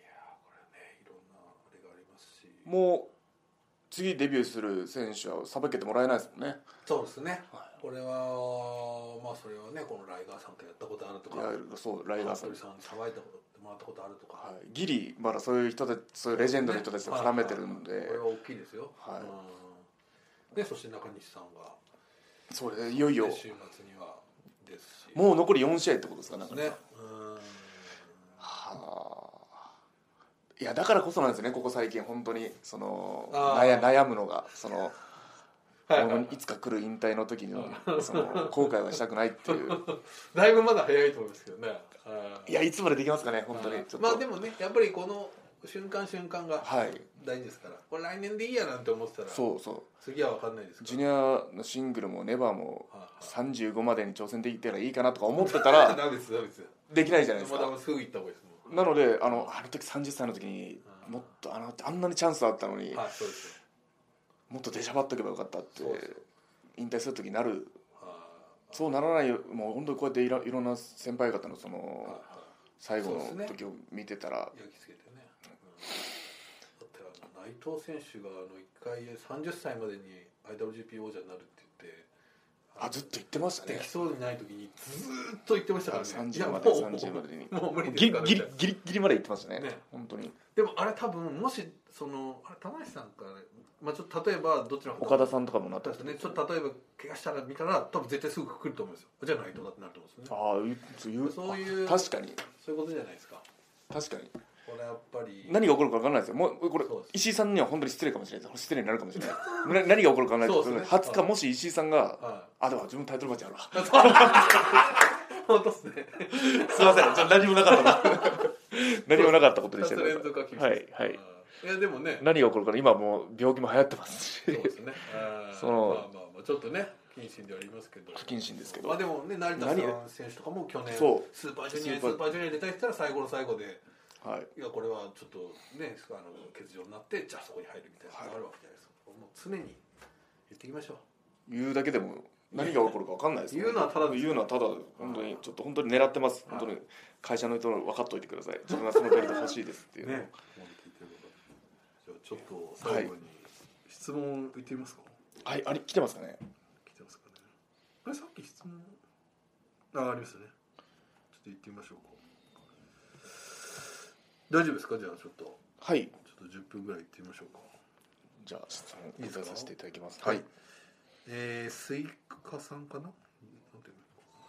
いやーこれねいろんなあれがありますしもう次デビューする選手はさばけてもらえないですもんねそうですねはこれはまあそれはねこのライガーさんとやったことあるといかやそうライガーさん服部さんにさばいたこともらったことあるとかはい、ギリまだそういう人たちそういうレジェンドの人たちと絡めてるんで、これは大きいですよはいうんでそして中西さんがそうですねいよいよね週末にはですしもう残り4試合ってことですかなんかねねうんはあいやだからこそなんですねここ最近本当にそのあー悩悩むのがそのはいこのいつか来る引退の時 にその後悔はしたくないっていうだいぶまだ早いと思いますけどねうんいやいつまでできますかね本当うにんちょっとまあでもねやっぱりこの瞬間瞬間がはい大事ですからこれ来年でいいやなんて思ってたらそうそう次は分かんないですジかュニアのシングルもネバーもはいはい35までに挑戦できたらいいかなとか思って たららダメですダメですできないじゃないですまかだすぐ行った方がいいですもんなのであのあの時30歳の時にうんもっとあのあんなにチャンスあったのにはいそうですよもっと出しゃばっとけばよかったってそうそう引退する時になるはいそうならないよもう本当にこうやっていろいろんな先輩方のそはいのはい最後そうでのすね時を見てたら焼き付けてね、うん、だってあの内藤選手があの1回30歳までに IWGP 王者になるって言ってあずっと言ってましたでねきそうにない時にずーっと言ってましたからねい30やもまうで30までにもう無理でギすリからみギたいリなギリギリまで言ってましたねね本当にでもあれ多分もしそのあれ田橋さんから、まあ、ちょっと例えばどっちの方岡田んさんとかもなったですねちょっと例えば怪我したら見たら多分絶対すぐ来ると思うんですよじゃないとだってなると思うんですよねああいうそういうそういうあ確かにそういうことじゃないですか確かにこれやっぱり何が起こるか分からないですよもうこれそうです石井さんには本当に失礼かもしれないです失礼になるかもしれないな 何が起こるか分からないですそうけでどすね20日もし石井さんがはあでも自分タイトルマッチあるわい本当っすねすいませんじゃあ何もなかったな何もなかったことにし二てつください連続は厳しいはいですはいいやでもね何が起こるか今もう病気も流行ってますそうしです ねあーそのまあまあまあちょっとね不謹慎ではありますけど不謹慎ですけどまあでもね成田さん何選手とかも去年そうスーパージュニアにススーパーーパージュニアに出たいって言ったら最後の最後ではいいやこれはちょっとねあの欠場になってじゃあそこに入るみたいなのがあるわけじゃないですか、もう常に言っていきましょう言うだけでも何が起こるか分かんないです言うのはただです言うのはただ本当にちょっと本当に狙ってます本当に会社の人分かっといてください自分はそのベルト欲しいですっていう、ねここまで聞いてることじゃあちょっと最後に質問言ってみますか、はいあれ来てますかね来てますかねあれさっき質問あありますよねちょっと言ってみましょうか大丈夫ですかじゃあちょっとはいちょっと10分ぐらい言ってみましょうかじゃあ質いいです問かさせていただきますはい、えー、スイカさんかななんていう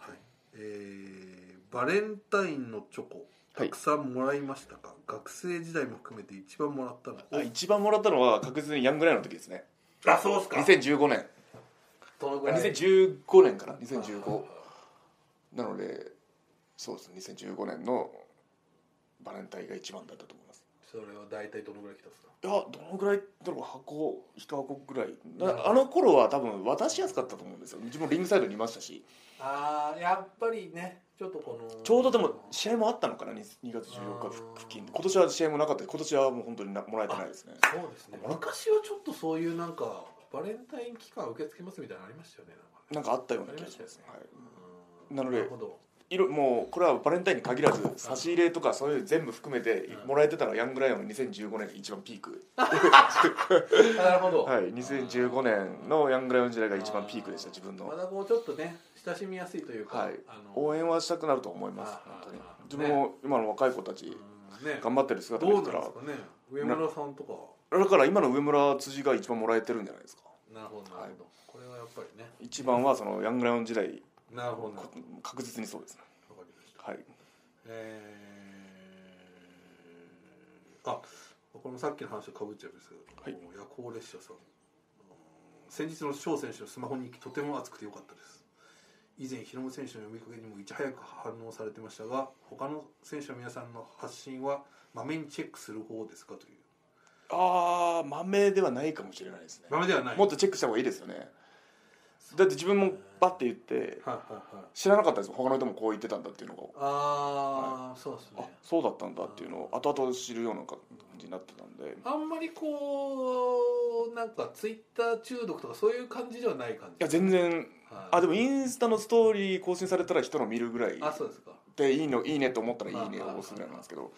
のはいえー、バレンタインのチョコはたいくさんもらいましたか、学生時代も含めて一番もらったのあ一番もらったのは確実にヤングライオンの時ですねあそうっす2015年どのあぐらい2015年から2015あなのでそうですね2015年のバレンタインが一番だったと思いますそれは大体どのぐらい来たんですかいやどのぐらいだろう箱一箱ぐらいなるほなどあの頃は多分渡しやすかったと思うんですよ自分リングサイドにいましたしああやっぱりねちょっとこのちょうどでも試合もあったのかな 2, 2月14日付近で今年は試合もなかった今年はもう本当になもらえてないですねそうですね昔はちょっとそういうなんかバレンタイン期間受け付けますみたいなのありましたよねな なんかねんかあったようあなり気まがししたまよす、はい、ねうんなのでるほどいろもうこれはバレンタインに限らず差し入れとかそういう全部含めてうんもらえてたのはヤングライオンの2015年が一番ピークあなるほ どはい2015年のヤングライオン時代が一番ピークでした自分まのだこうちょっとね親しみやすいというか、はいあの応援はしたくなると思いますあー本あー当に自分も今の若い子たちうんね頑張ってる姿ど見うなんでてすたからね上村さんとかだから今の上村辻が一番もらえてるんじゃないですかなるほどなるほど、これはやっぱりね一番はそのヤングライオン時代なるほどなるほどわか確実にそうですねりましたはいえーあこのさっきの話とかぶっちゃうんですけど、は夜行列車さんうん先日の翔選手のスマホ日記とても熱くてよかったです以前ヒロム選手の呼びかけにもいち早く反応されてましたが他の選手の皆さんの発信はまめにチェックする方ですかというああ豆ではないかもしれないですねまめではないもっとチェックした方がいいですよねだって自分もバッて言ってはいはいはい知らなかったです他の人もこう言ってたんだっていうのがああ、そうですあねそうだったんだっていうのを後々知るような感じになってたんでいあんまりこうなんかツイッター中毒とかそういう感じではない感じや全然はいあでもインスタのストーリー更新されたら人の見るぐらいあそうですかでいいのいいねと思ったら「いいね」を押すぐらいなんですけど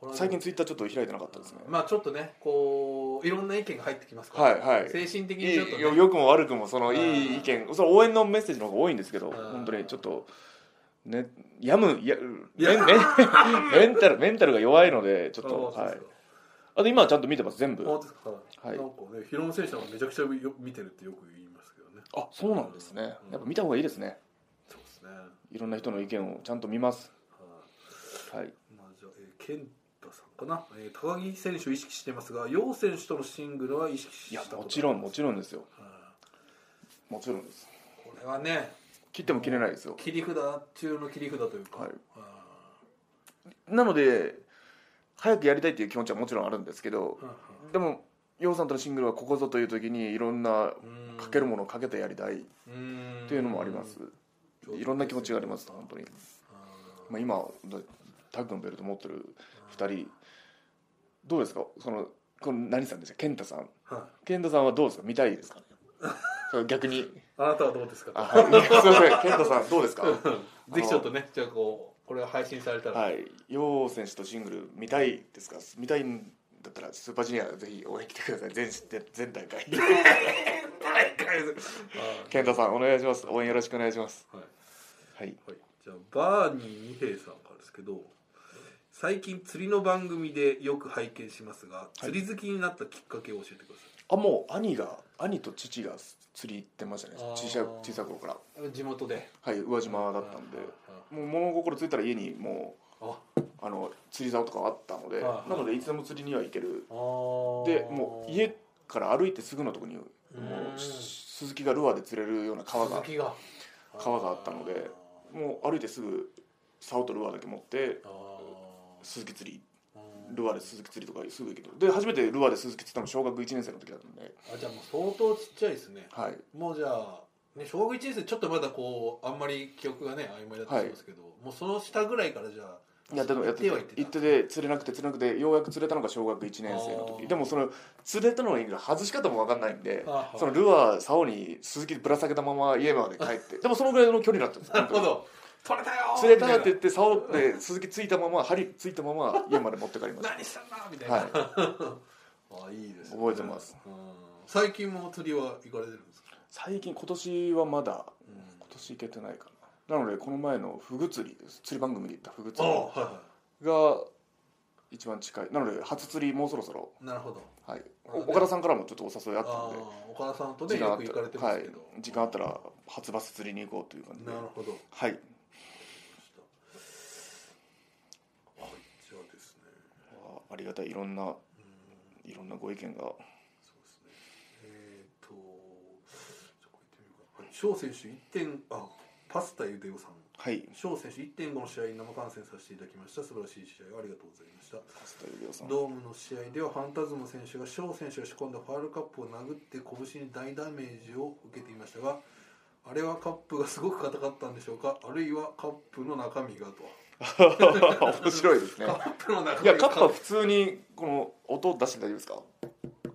これはね最近ツイッターちょっと開いてなかったですねまあちょっとねこういろんな意見が入ってきますから、はいはい精神的いいにちょっと、ね、よ良くも悪くもそのうんいい意見それ応援のメッセージの方が多いんですけどん本当にちょっとねやむややメンメン メンタルメンタルが弱いのでちょっとあそうはですいかあと今はちゃんと見てます全部本当ですか、はいなんかねヒロム選手はめちゃくちゃよ見てるってよく言いますけどねあそうなんですねうんやっぱ見た方がいいですねそうですね、いろんな人の意見をちゃんと見ますはいはいまあ、じゃあ、えー、健太さんかな、えー高木選手を意識してますが楊選手とのシングルは意識しいたやこともちろんもちろんですよはもちろんですいこれはね切っても切れないですよ切り札中の切り札というか、はいあなので早くやりたいっていう気持ちはもちろんあるんですけどーはでも洋さんとのシングルはここぞという時にいろんないはいかけるものをかけてやりたいっていうのもありますうんいろんな気持ちがあります本当に、あまあ、今だタッグのベルト持ってる2人どうですかそのこの何さんでした健太さんーはい健太さんはどうですか見たいですかそう逆にあなたはどうですかあはいい やすいません健太さんどうですかぜひちょっとねじゃあこうこれが配信されたら、はい楊選手とシングル見たいですか見たいんだったらスーパージュニアぜひ応援来てください全全大会あ健太さんお願いします応援よろしくお願いしますーはいはいはい、じゃあバーニー二平さんからですけど最近釣りの番組でよく拝見しますが釣り好きになったきっかけを教えてくだあもう兄が兄と父が釣り行ってましたねあー小さい小さい頃からさい、地元ではい宇和島だったんでもう物心ついたら家にもあうあの釣り竿とかあったのではないのでいつでも釣りには行けるあーでもう家から歩いてすぐのとこにもううん鈴木がルアーで釣れるような川が続きが川があったのでもう歩いてすぐ竿とルアーだけ持ってあー鈴木釣りあールアーで鈴木釣りとかすぐ行けるで初めてルアーで鈴木釣ったの小学1年生の時だったんであじゃあもう相当ちっちゃいですねはいもうじゃあ、ね、小学1年生ちょっとまだこうあんまり記憶がね曖昧だったりしますけど、もうその下ぐらいからじゃあやってたやってたは行っいっててたで釣れなくて釣れなくてようやく釣れたのが小学1年生のあー時でもその釣れたのはいいけど外し方も分かんないんであーそのルアー竿に鈴木ぶら下げたまま家まで帰 ってでもそのぐらいの距離だったんですなるほ本当にど取れたよー釣れたっみてい言って竿で鈴木ついたまま針ついたまま家まで持って帰りま なし何したんだみたいたな、はいあいいです覚えてますうん最近も釣りは行かれてるんですか、最近今年はまだうん今年行けてないかななのでこの前のフグ釣りです釣り番組で行ったフグあ釣ありはいはが一番近いなので初釣りもうそろそろいなるほどはいなるほどね岡田さんからもちょっとお誘いああったんでー岡田さんとね時間あよっく行たかられてまはすいけど、、時間あったら初バス釣りに行こうという感じでなるほどはいはいじゃあですねわあありがたいいろんなうんいろんなご意見がそうですねえっ、とちょっとこう行ってみようか翔選手一点あパスタゆでおさんはい翔選手1.5の試合に生観戦させていただきました素晴らしい試合をありがとうございましたパスタ指輪さんドームの試合ではファンタズム選手が翔選手を仕込んだファールカップを殴って拳に大ダメージを受けていましたがあれはカップがすごく硬かったんでしょうかあるいはカップの中身がと 面白いですねカップの中い身がやカッパは普通にこの音出して大丈夫ですか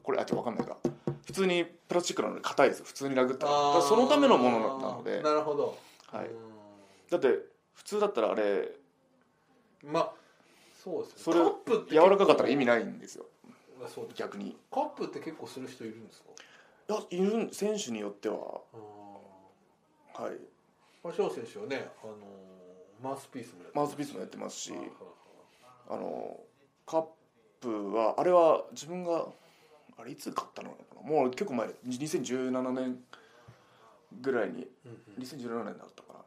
これあちょっと分かんないか普通にプラスチックなので硬いです普通に殴ったらだあからーそのためのものなので、なるほど、、はいうだって普通だったらあれーんまあそうですねそれカップって柔らかかったら意味ないんですよあそうです逆にカップって結構する人いるんですかいやいるん選手によってはあーはいまあ翔選手はね、あのーマウスピースもやってマウスピースもやってますしはあのカップはあれは自分があれいつ買ったのかなもう結構前2017年ぐらいにいはいうんうん2017年だったかな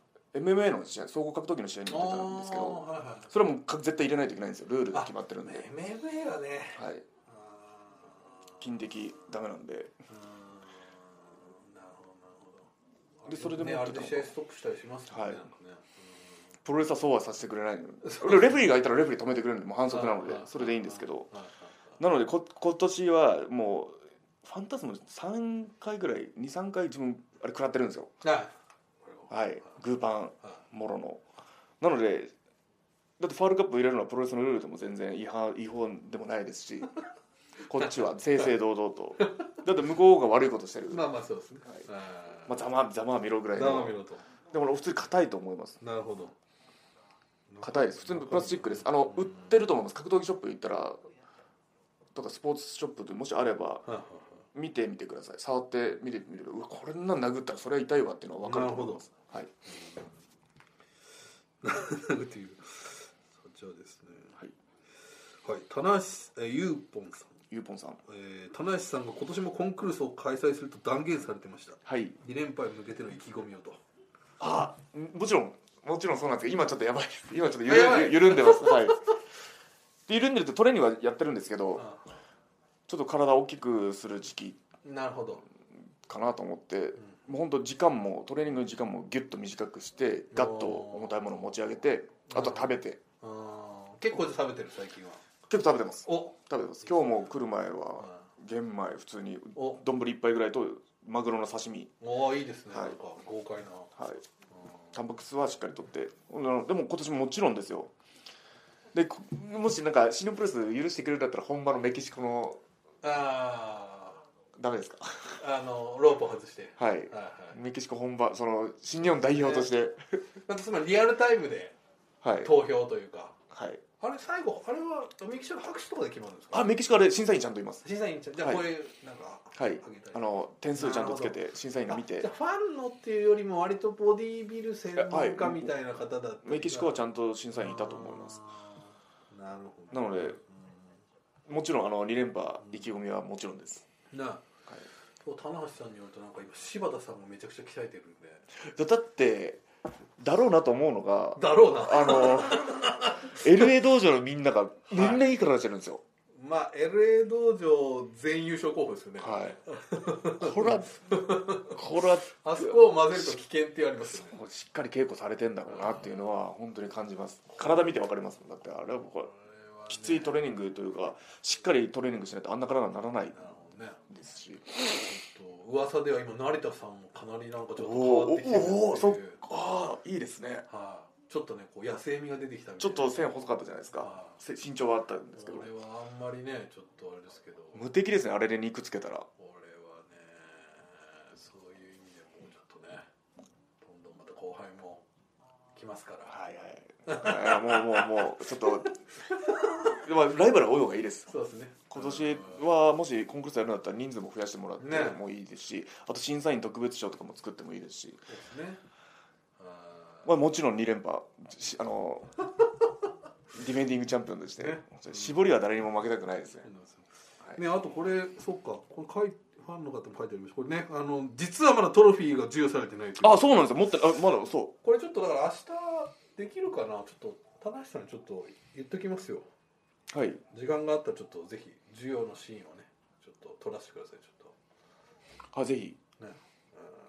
MMA の試合総合格闘技の試合に出てたんですけあーどはいはいそれはもうか絶対入れないといけないんですよルールが決まってるんで、は MMA はねい、あ金的ダメなんでーうーんなるほどなるほどでそれでね持あっれてたでのか試合ストップしたりしますよね、はいなんかねプロレスはそうはさせてくれないの でレフェリーがいたらレフェリー止めてくれるんでもうう反ん則なのではいはいそれでいいんですけどはいはいなのでこ今年はもうファンタズム3回ぐらい23回自分あれ食らってるんですよはいはいグーパンはもろのなのでだってファールカップ入れるのはプロレスのルールでも全然違反違法でもないです しこっちは正々堂々とだって向こうが悪いことしてるいまあまあそうですねはいあまあざまざまあ見ろぐらいー生の身のとでも俺普通に硬いと思いますなるほど硬いです普通にプラスチックですあの売ってると思います格闘技ショップ行ったらとかスポーツショップでもしあればはいはいはい見てみてください触って見てみてうわこれんなん殴ったらそれは痛いわっていうのは分かると思いますはいなんていう じゃあですねはいはい棚橋えーゆうぽんさんゆうぽんさんえー棚橋さんが今年もコンクールスを開催すると断言されてましたはい2連覇へ向けての意気込みをとあもちろんもちろんそうなんですけど今ちょっとやばいです今ちょっとあやば緩いん緩んでますはいで緩んでるってトレーニングはやってるんですけどあちょっと体を大きくする時期なるほどかなと思って、もう本当時間もトレーニングの時間もギュッと短くしてガッと重たいものを持ち上げてあとは食べてあー結構じゃあ食べてる最近は結構食べてますお食べてます今日も来る前あは玄米普通にお丼一杯ぐらいとマグロの刺身おーいいですね、はいなんか豪快なはいタンパク質はしっかりとってあのでも今年ももちろんですよでこもしなんか新日本プロレス許してくれるんだったら本場のメキシコのあダメですかああのロープを外してははいいはいメキシコ本場その新日本代表として、なんかつまりリアルタイムではい、投票というかはい、あれ最後あれはミキション拍手とかで決まるんですかあメキシコあれ審査員ちゃんといます審査員ちゃんじゃあはいこういうなんかあはげいたり、あの点数ちゃんとつけて審査員が見あてじゃあファンのっていうよりも割とボディービル専門家みたいな方だったりがメキシコはちゃんと審査員いたと思いますあーなるほどなのでもちろんあの2連覇意気込みはもちろんですうんなあ今日棚橋さんによるとなんか今柴田さんもめちゃくちゃ鍛えてるんだでだってだろうなと思うのがだろうなあ の LA 道場のみんながみんないい体してるんですよまあ LA 道場全優勝候補ですよね はい。これは、これは、あそこを混ぜると危険って言われますよねもうしっかり稽古されてんだろうなっていうのは、本当に感じます。体見てわかりますもん。だって、あれは僕はこれはねきついトレーニングというか、しっかりトレーニングしないとあんな体にならないなるほどねですし。ちょっと噂では今成田さんもかなりなんかちおょおっと変わってきてるっていうおおそっか、いいですね。はいちょっとねこう野生味が出てきたみちたいょっなと線細かったじゃないですかは。いせ身長はあったんですけどこ。れはあんまりねちょっとあれですけどこ無敵ですね、あれで肉つけたら。れはねそういう意味でもうちょっとねどんどんまた後輩も来ますからはいはい。あもうもうもう、ちょっと。 でもライバルが多い方がいいです。そうですね今年うんはもしコンクールスやるんだったら人数も増やしてもらってねもいいですし、あと審査員特別賞とかも作ってもいいですし、そうですねあーまあ、もちろん2連覇しあ のディフェンディングチャンピオンとして、ね絞りは誰にも負けたくないですねそうなんですよはいねあとこれそっかこれ書いファンの方も書いてありましたこれねあの実はまだトロフィーが授与されてないというあそうなんですよ持ってあまだそこれちょっとだから明日できるかなちょっと田橋さんにちょっと言っときますようはい時間があったらちょっとぜひ授与のシーンをねちょっと撮らせてくださいちょっあぜひとね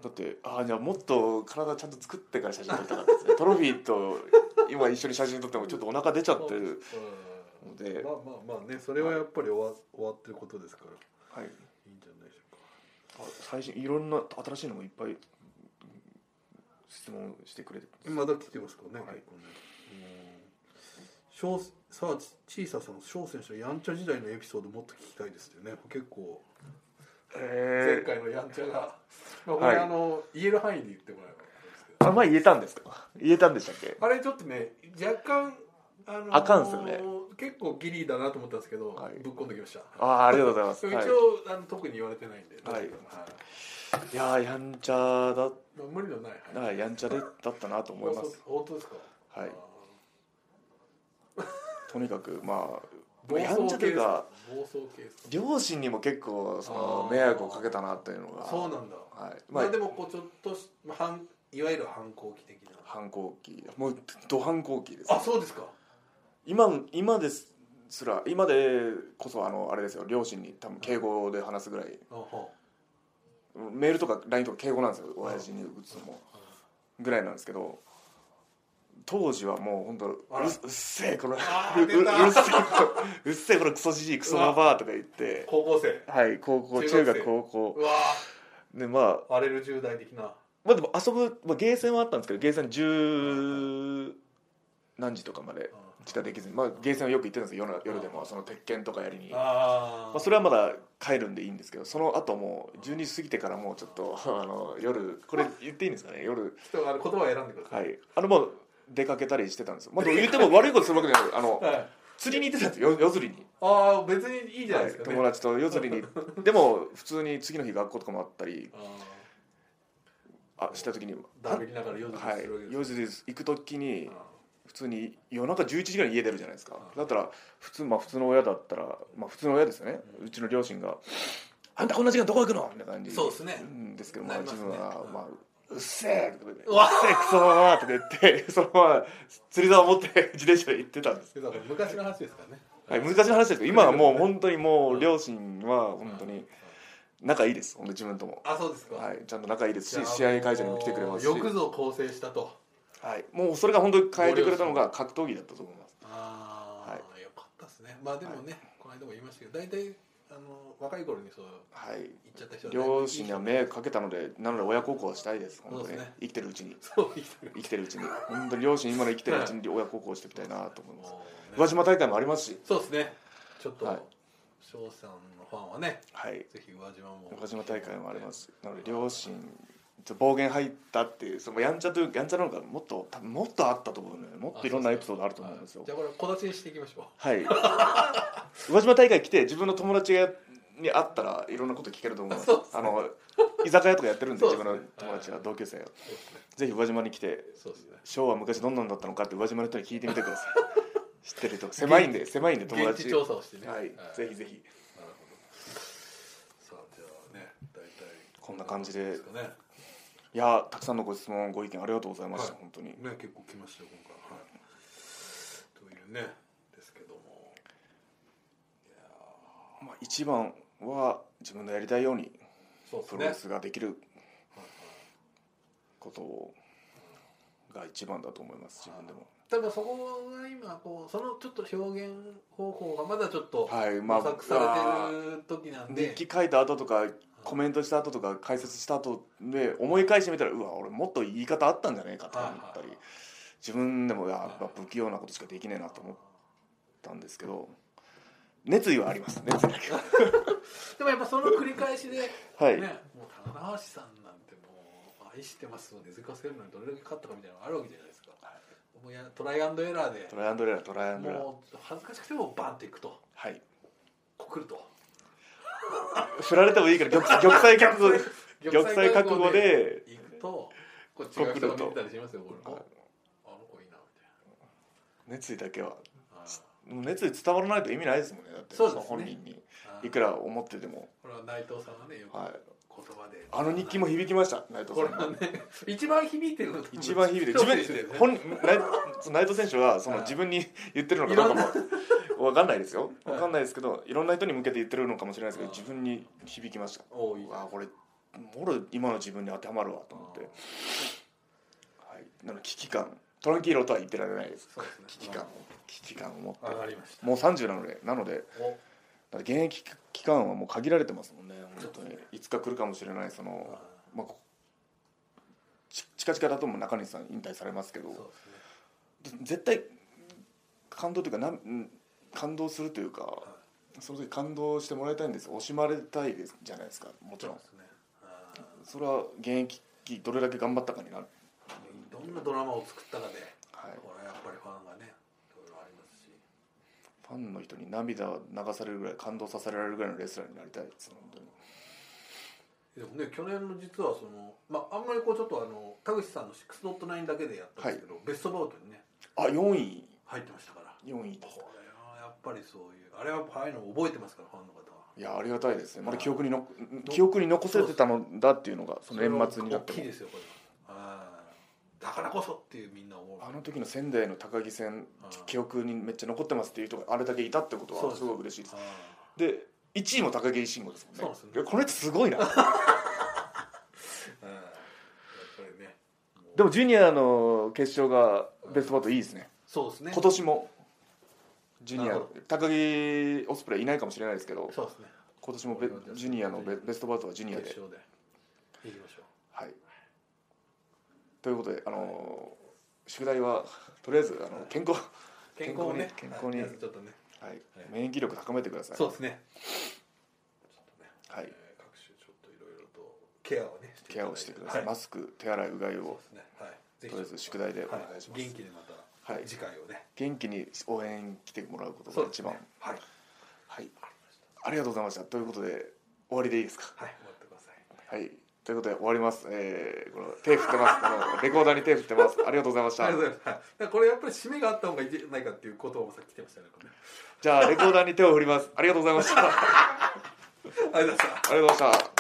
だってあじゃあもっと体ちゃんと作ってから写真撮りたかった ですねトロフィーと今一緒に写真撮ってもちょっとお腹出ちゃってるのでま、あまあまあねそれはやっぱり終わ終わってることですかはらい、いいんじゃないでしょうかあ最新いろんな新しいのもいっぱいうん質問してくれてますまだ来てますからね、はい結構ねうん小さあち小ささん小選手のやんちゃ時代のエピソードもっと聞きたいですよね結構前え回のやんちゃが、まあ、これ、はいあの言える範囲で言ってもらえばいいんですけどー、あ前言えたんですか言えたんでしたっけあれちょっとね若干あのあかんっすよね結構ギリだなと思ったんですけど、はいぶっこんできましたああありがとうござい ます、一応、はい、あの特に言われてないんで、はいはいいやーやんちゃだっまあ無理のないたはいやんちゃでだったなと思いまあすそう本当ですかはいあとにかくまーあやんちゃというか暴走系ですか両親にも結構そのあー迷惑をかけたなっていうの暴が走系ですかそうなんだ、はいままあ、あでもこうちょっとしまあ反いわゆる反抗期的な反抗期もうど反抗期ですあそうですか今今ですら今でこそあのあれですよ両親に多分敬語で話すぐらいあはメールとか LINE とか敬語なんですよ親父に打つのもぐらいなんですけど当時はもう本当うあらうっせえこのうあうーうっせ出たえうっせえこのクソじじいクソババアとか言って高校生はい高校中中学生学高校うわでまあ荒れる10代的なまあでも遊ぶ、まあ、ゲーセンはあったんですけどゲーセン十何時とかまでしかできずに、まあ、ゲーセンはよく行ってたんですけど夜夜でもその鉄拳とかやりに、まああ、それはまだ帰るんでいいんですけどその後もう12時過ぎてからもうちょっとあの夜これ言っていいんですかね夜人があの言葉を選んでくださ、はいいあのまあ出かけたりしてたんですよ、まあ、でも言っても悪いことするわけじゃないあのはい釣りに行ってたんですよ夜夜釣りに。ああ別にいいじゃないですか、はい、ね友達と夜釣りにでも普通に次の日学校とかもあったりあーあした時にダメりながら夜は釣りいするわけ、で夜す釣りです行く時にね普通に夜中11時ぐらいに家出るじゃないですかうんだったら普通,、まあ、普通の親だったら、まあ、普通の親ですよねうちの両親が「あんたこんな時間どこ行くの?」みたいな感じそうですねんですけど、なりま自す分ねは、うんまあ「うっせえ!」とか言って「ううっわせえクソー!」って言って そのまま釣り竿を持って 自転車で行ってたんですうんだから昔の話ですからねはい、難しい話ですけど今はもう本当にもう両親は本当に仲いいです本当自分とも、あそうですか、はい、ちゃんと仲いいですじゃあし試合会場にも来てくれますしよくぞ構成したとはい、もうそれが本当に変えてくれたのが格闘技だったと思いますああ、よかったですねまあでもね、この間も言いましたけど大体あの若い頃にそうはい言っちゃった人はね両親には迷惑かけたのでなので親孝行はしたいです本当そうに、ですね生きてるうちにそう生きてる生きてるうちに本当に両親今の生きてるうちに親孝行していきたいなと思いますもうね宇和島大会もありますしそうですねちょっとはい翔、さんのファンはねはいぜひ宇和島も宇和島大会もありますしなので両親ちょっと暴言入ったっていうそのやんちゃというやんちゃなのがもっと多分もっとあったと思うのよもっといろんなエピソードあると思うんですよじゃあこれ小出しにしていきましょはい宇和島大会来て自分の友達がに会ったらいろんなこと聞けると思います そうですあの居酒屋とかやってるんでそう自です分ねの友達がはい同級生がうそうですねぜひ宇和島に来てそうですね昭和昔どんなんだったのかって宇和島の人に聞いてみてください 知ってる人狭いんで狭いんで友現達地調査をしてねはいぜひぜひなるほどさあじゃあね大体こんな感じでですかねいやたくさんのご質問ご意見ありがとうございました、はい本当にね結構来ましたよ今回はいというねですけどもまあ、一番は自分のやりたいようにそうですプねロレスができるはいはいことをが一番だと思います自分でも多分そこが今こうそのちょっと表現方法がまだちょっとはいまあ模索されてる時なんで、日記書いた後とかコメントした後とか解説した後で思い返してみたらうわ俺もっと言い方あったんじゃねえかと思ったはいりはい自分でもやっぱ不器用なことしかできねえなと思ったんですけど熱意はあります 熱意だけはでもやっぱその繰り返しで、 はいねもう棚橋さんなんてもう愛してますを根付かせるのにどれだけ勝ったかみたいなのがあるわけじゃないですか、もうやトライアンドエラーでトライアンドエラートライアンドエラーもう恥ずかしくてもバンっていくとはいこくると振られてもいいから玉玉砕覚悟で玉砕覚悟で行くとこっちが人が見てたりしますよこれはいあの子いいなみたい熱意だけはなあもう熱意伝わらないと意味ないですもんねだってそうですねの本人にーあーいくら思ってても、これは内藤さんがねよく言はい、葉であの日記も響きました内藤こされんはのね一番響いてるの一番響いて自そう分ですよね本内その内藤選手はそはのい自分に言ってるのかどうかも分かんないですよはい分かんないですけどいろんな人に向けて言ってるのかもしれないですけどはい自分に響きましたおういいあこれもろ今の自分に当てはまるわと思って、はい、なので危機感トランキーロとは言ってられないですそうですね危機感危機感を持って上がりましたもう30なのでなのでおだから現役期間はもう限られてますもんね本当そうでにすねいつか来るかもしれないそのあまあこち近々だともう中西さん引退されますけどそうですね絶対感動というかなんうん感動するというか、その時感動してもらいたいんです惜しまれたいですじゃないですかもちそうろんですねあそれは現役期どれだけ頑張ったかになる、ーどんなドラマを作ったかではい、これはやっぱりファンがねいろいろありますしファンの人に涙を流されるぐらい感動させられるぐらいのレスラーになりたいです本当にでもね去年の実はそのまああんまりこうちょっとあの田口さんの6.9だけでやったんですけどベストバウトにねあ4位入ってましたから4位ですこれはやっぱりそういうあれはああいうの覚えてますからファンの方はいやありがたいですねまだ記憶にのど記憶に残せてたのだっていうのがその年末になっ大きいてですよこれはうんだからこそっていうみんな思うあの時の仙台の高木戦うん記憶にめっちゃ残ってますっていう人があれだけいたってことそうではすすごい嬉しいですうんで1位も高木慎吾ですもんねそうですねいやこの人すごいなうんやっぱりねもうでもジュニアの決勝がベストバットいいですねそうですね今年もジュニなアるほ高木オスプレイいないかもしれないですけどそうですね今年もベジュニアのベベストバットはジュニアで決勝で行きましょうはいということであのー宿題はとりあえずあの健康健康をね健康にはいちょっとねはい、免疫力高めてくださいそうですねちょっとねはいえー各種ちょっといろいろとケアをねケアをしてください、はいマスク手洗いうがいそうをですねはいぜとりあえず宿題でお願いします、は元気でまたはい次回をね元気に応援来てもらうことそうがです一ね番、はいはいはいありがとうございましたということで終わりでいいですか終わってくださいはいということで終わりますえー、この手振ってますこのレコーダーに手振ってますありがとうございましあたりがとうございますはいだからこれやっぱり締めがあった方がいいんじゃないかっていう言葉もさっき来てましたねこれねじゃあレコーダーに手を振りますありがとうございましたありありがとうございましたがとうございました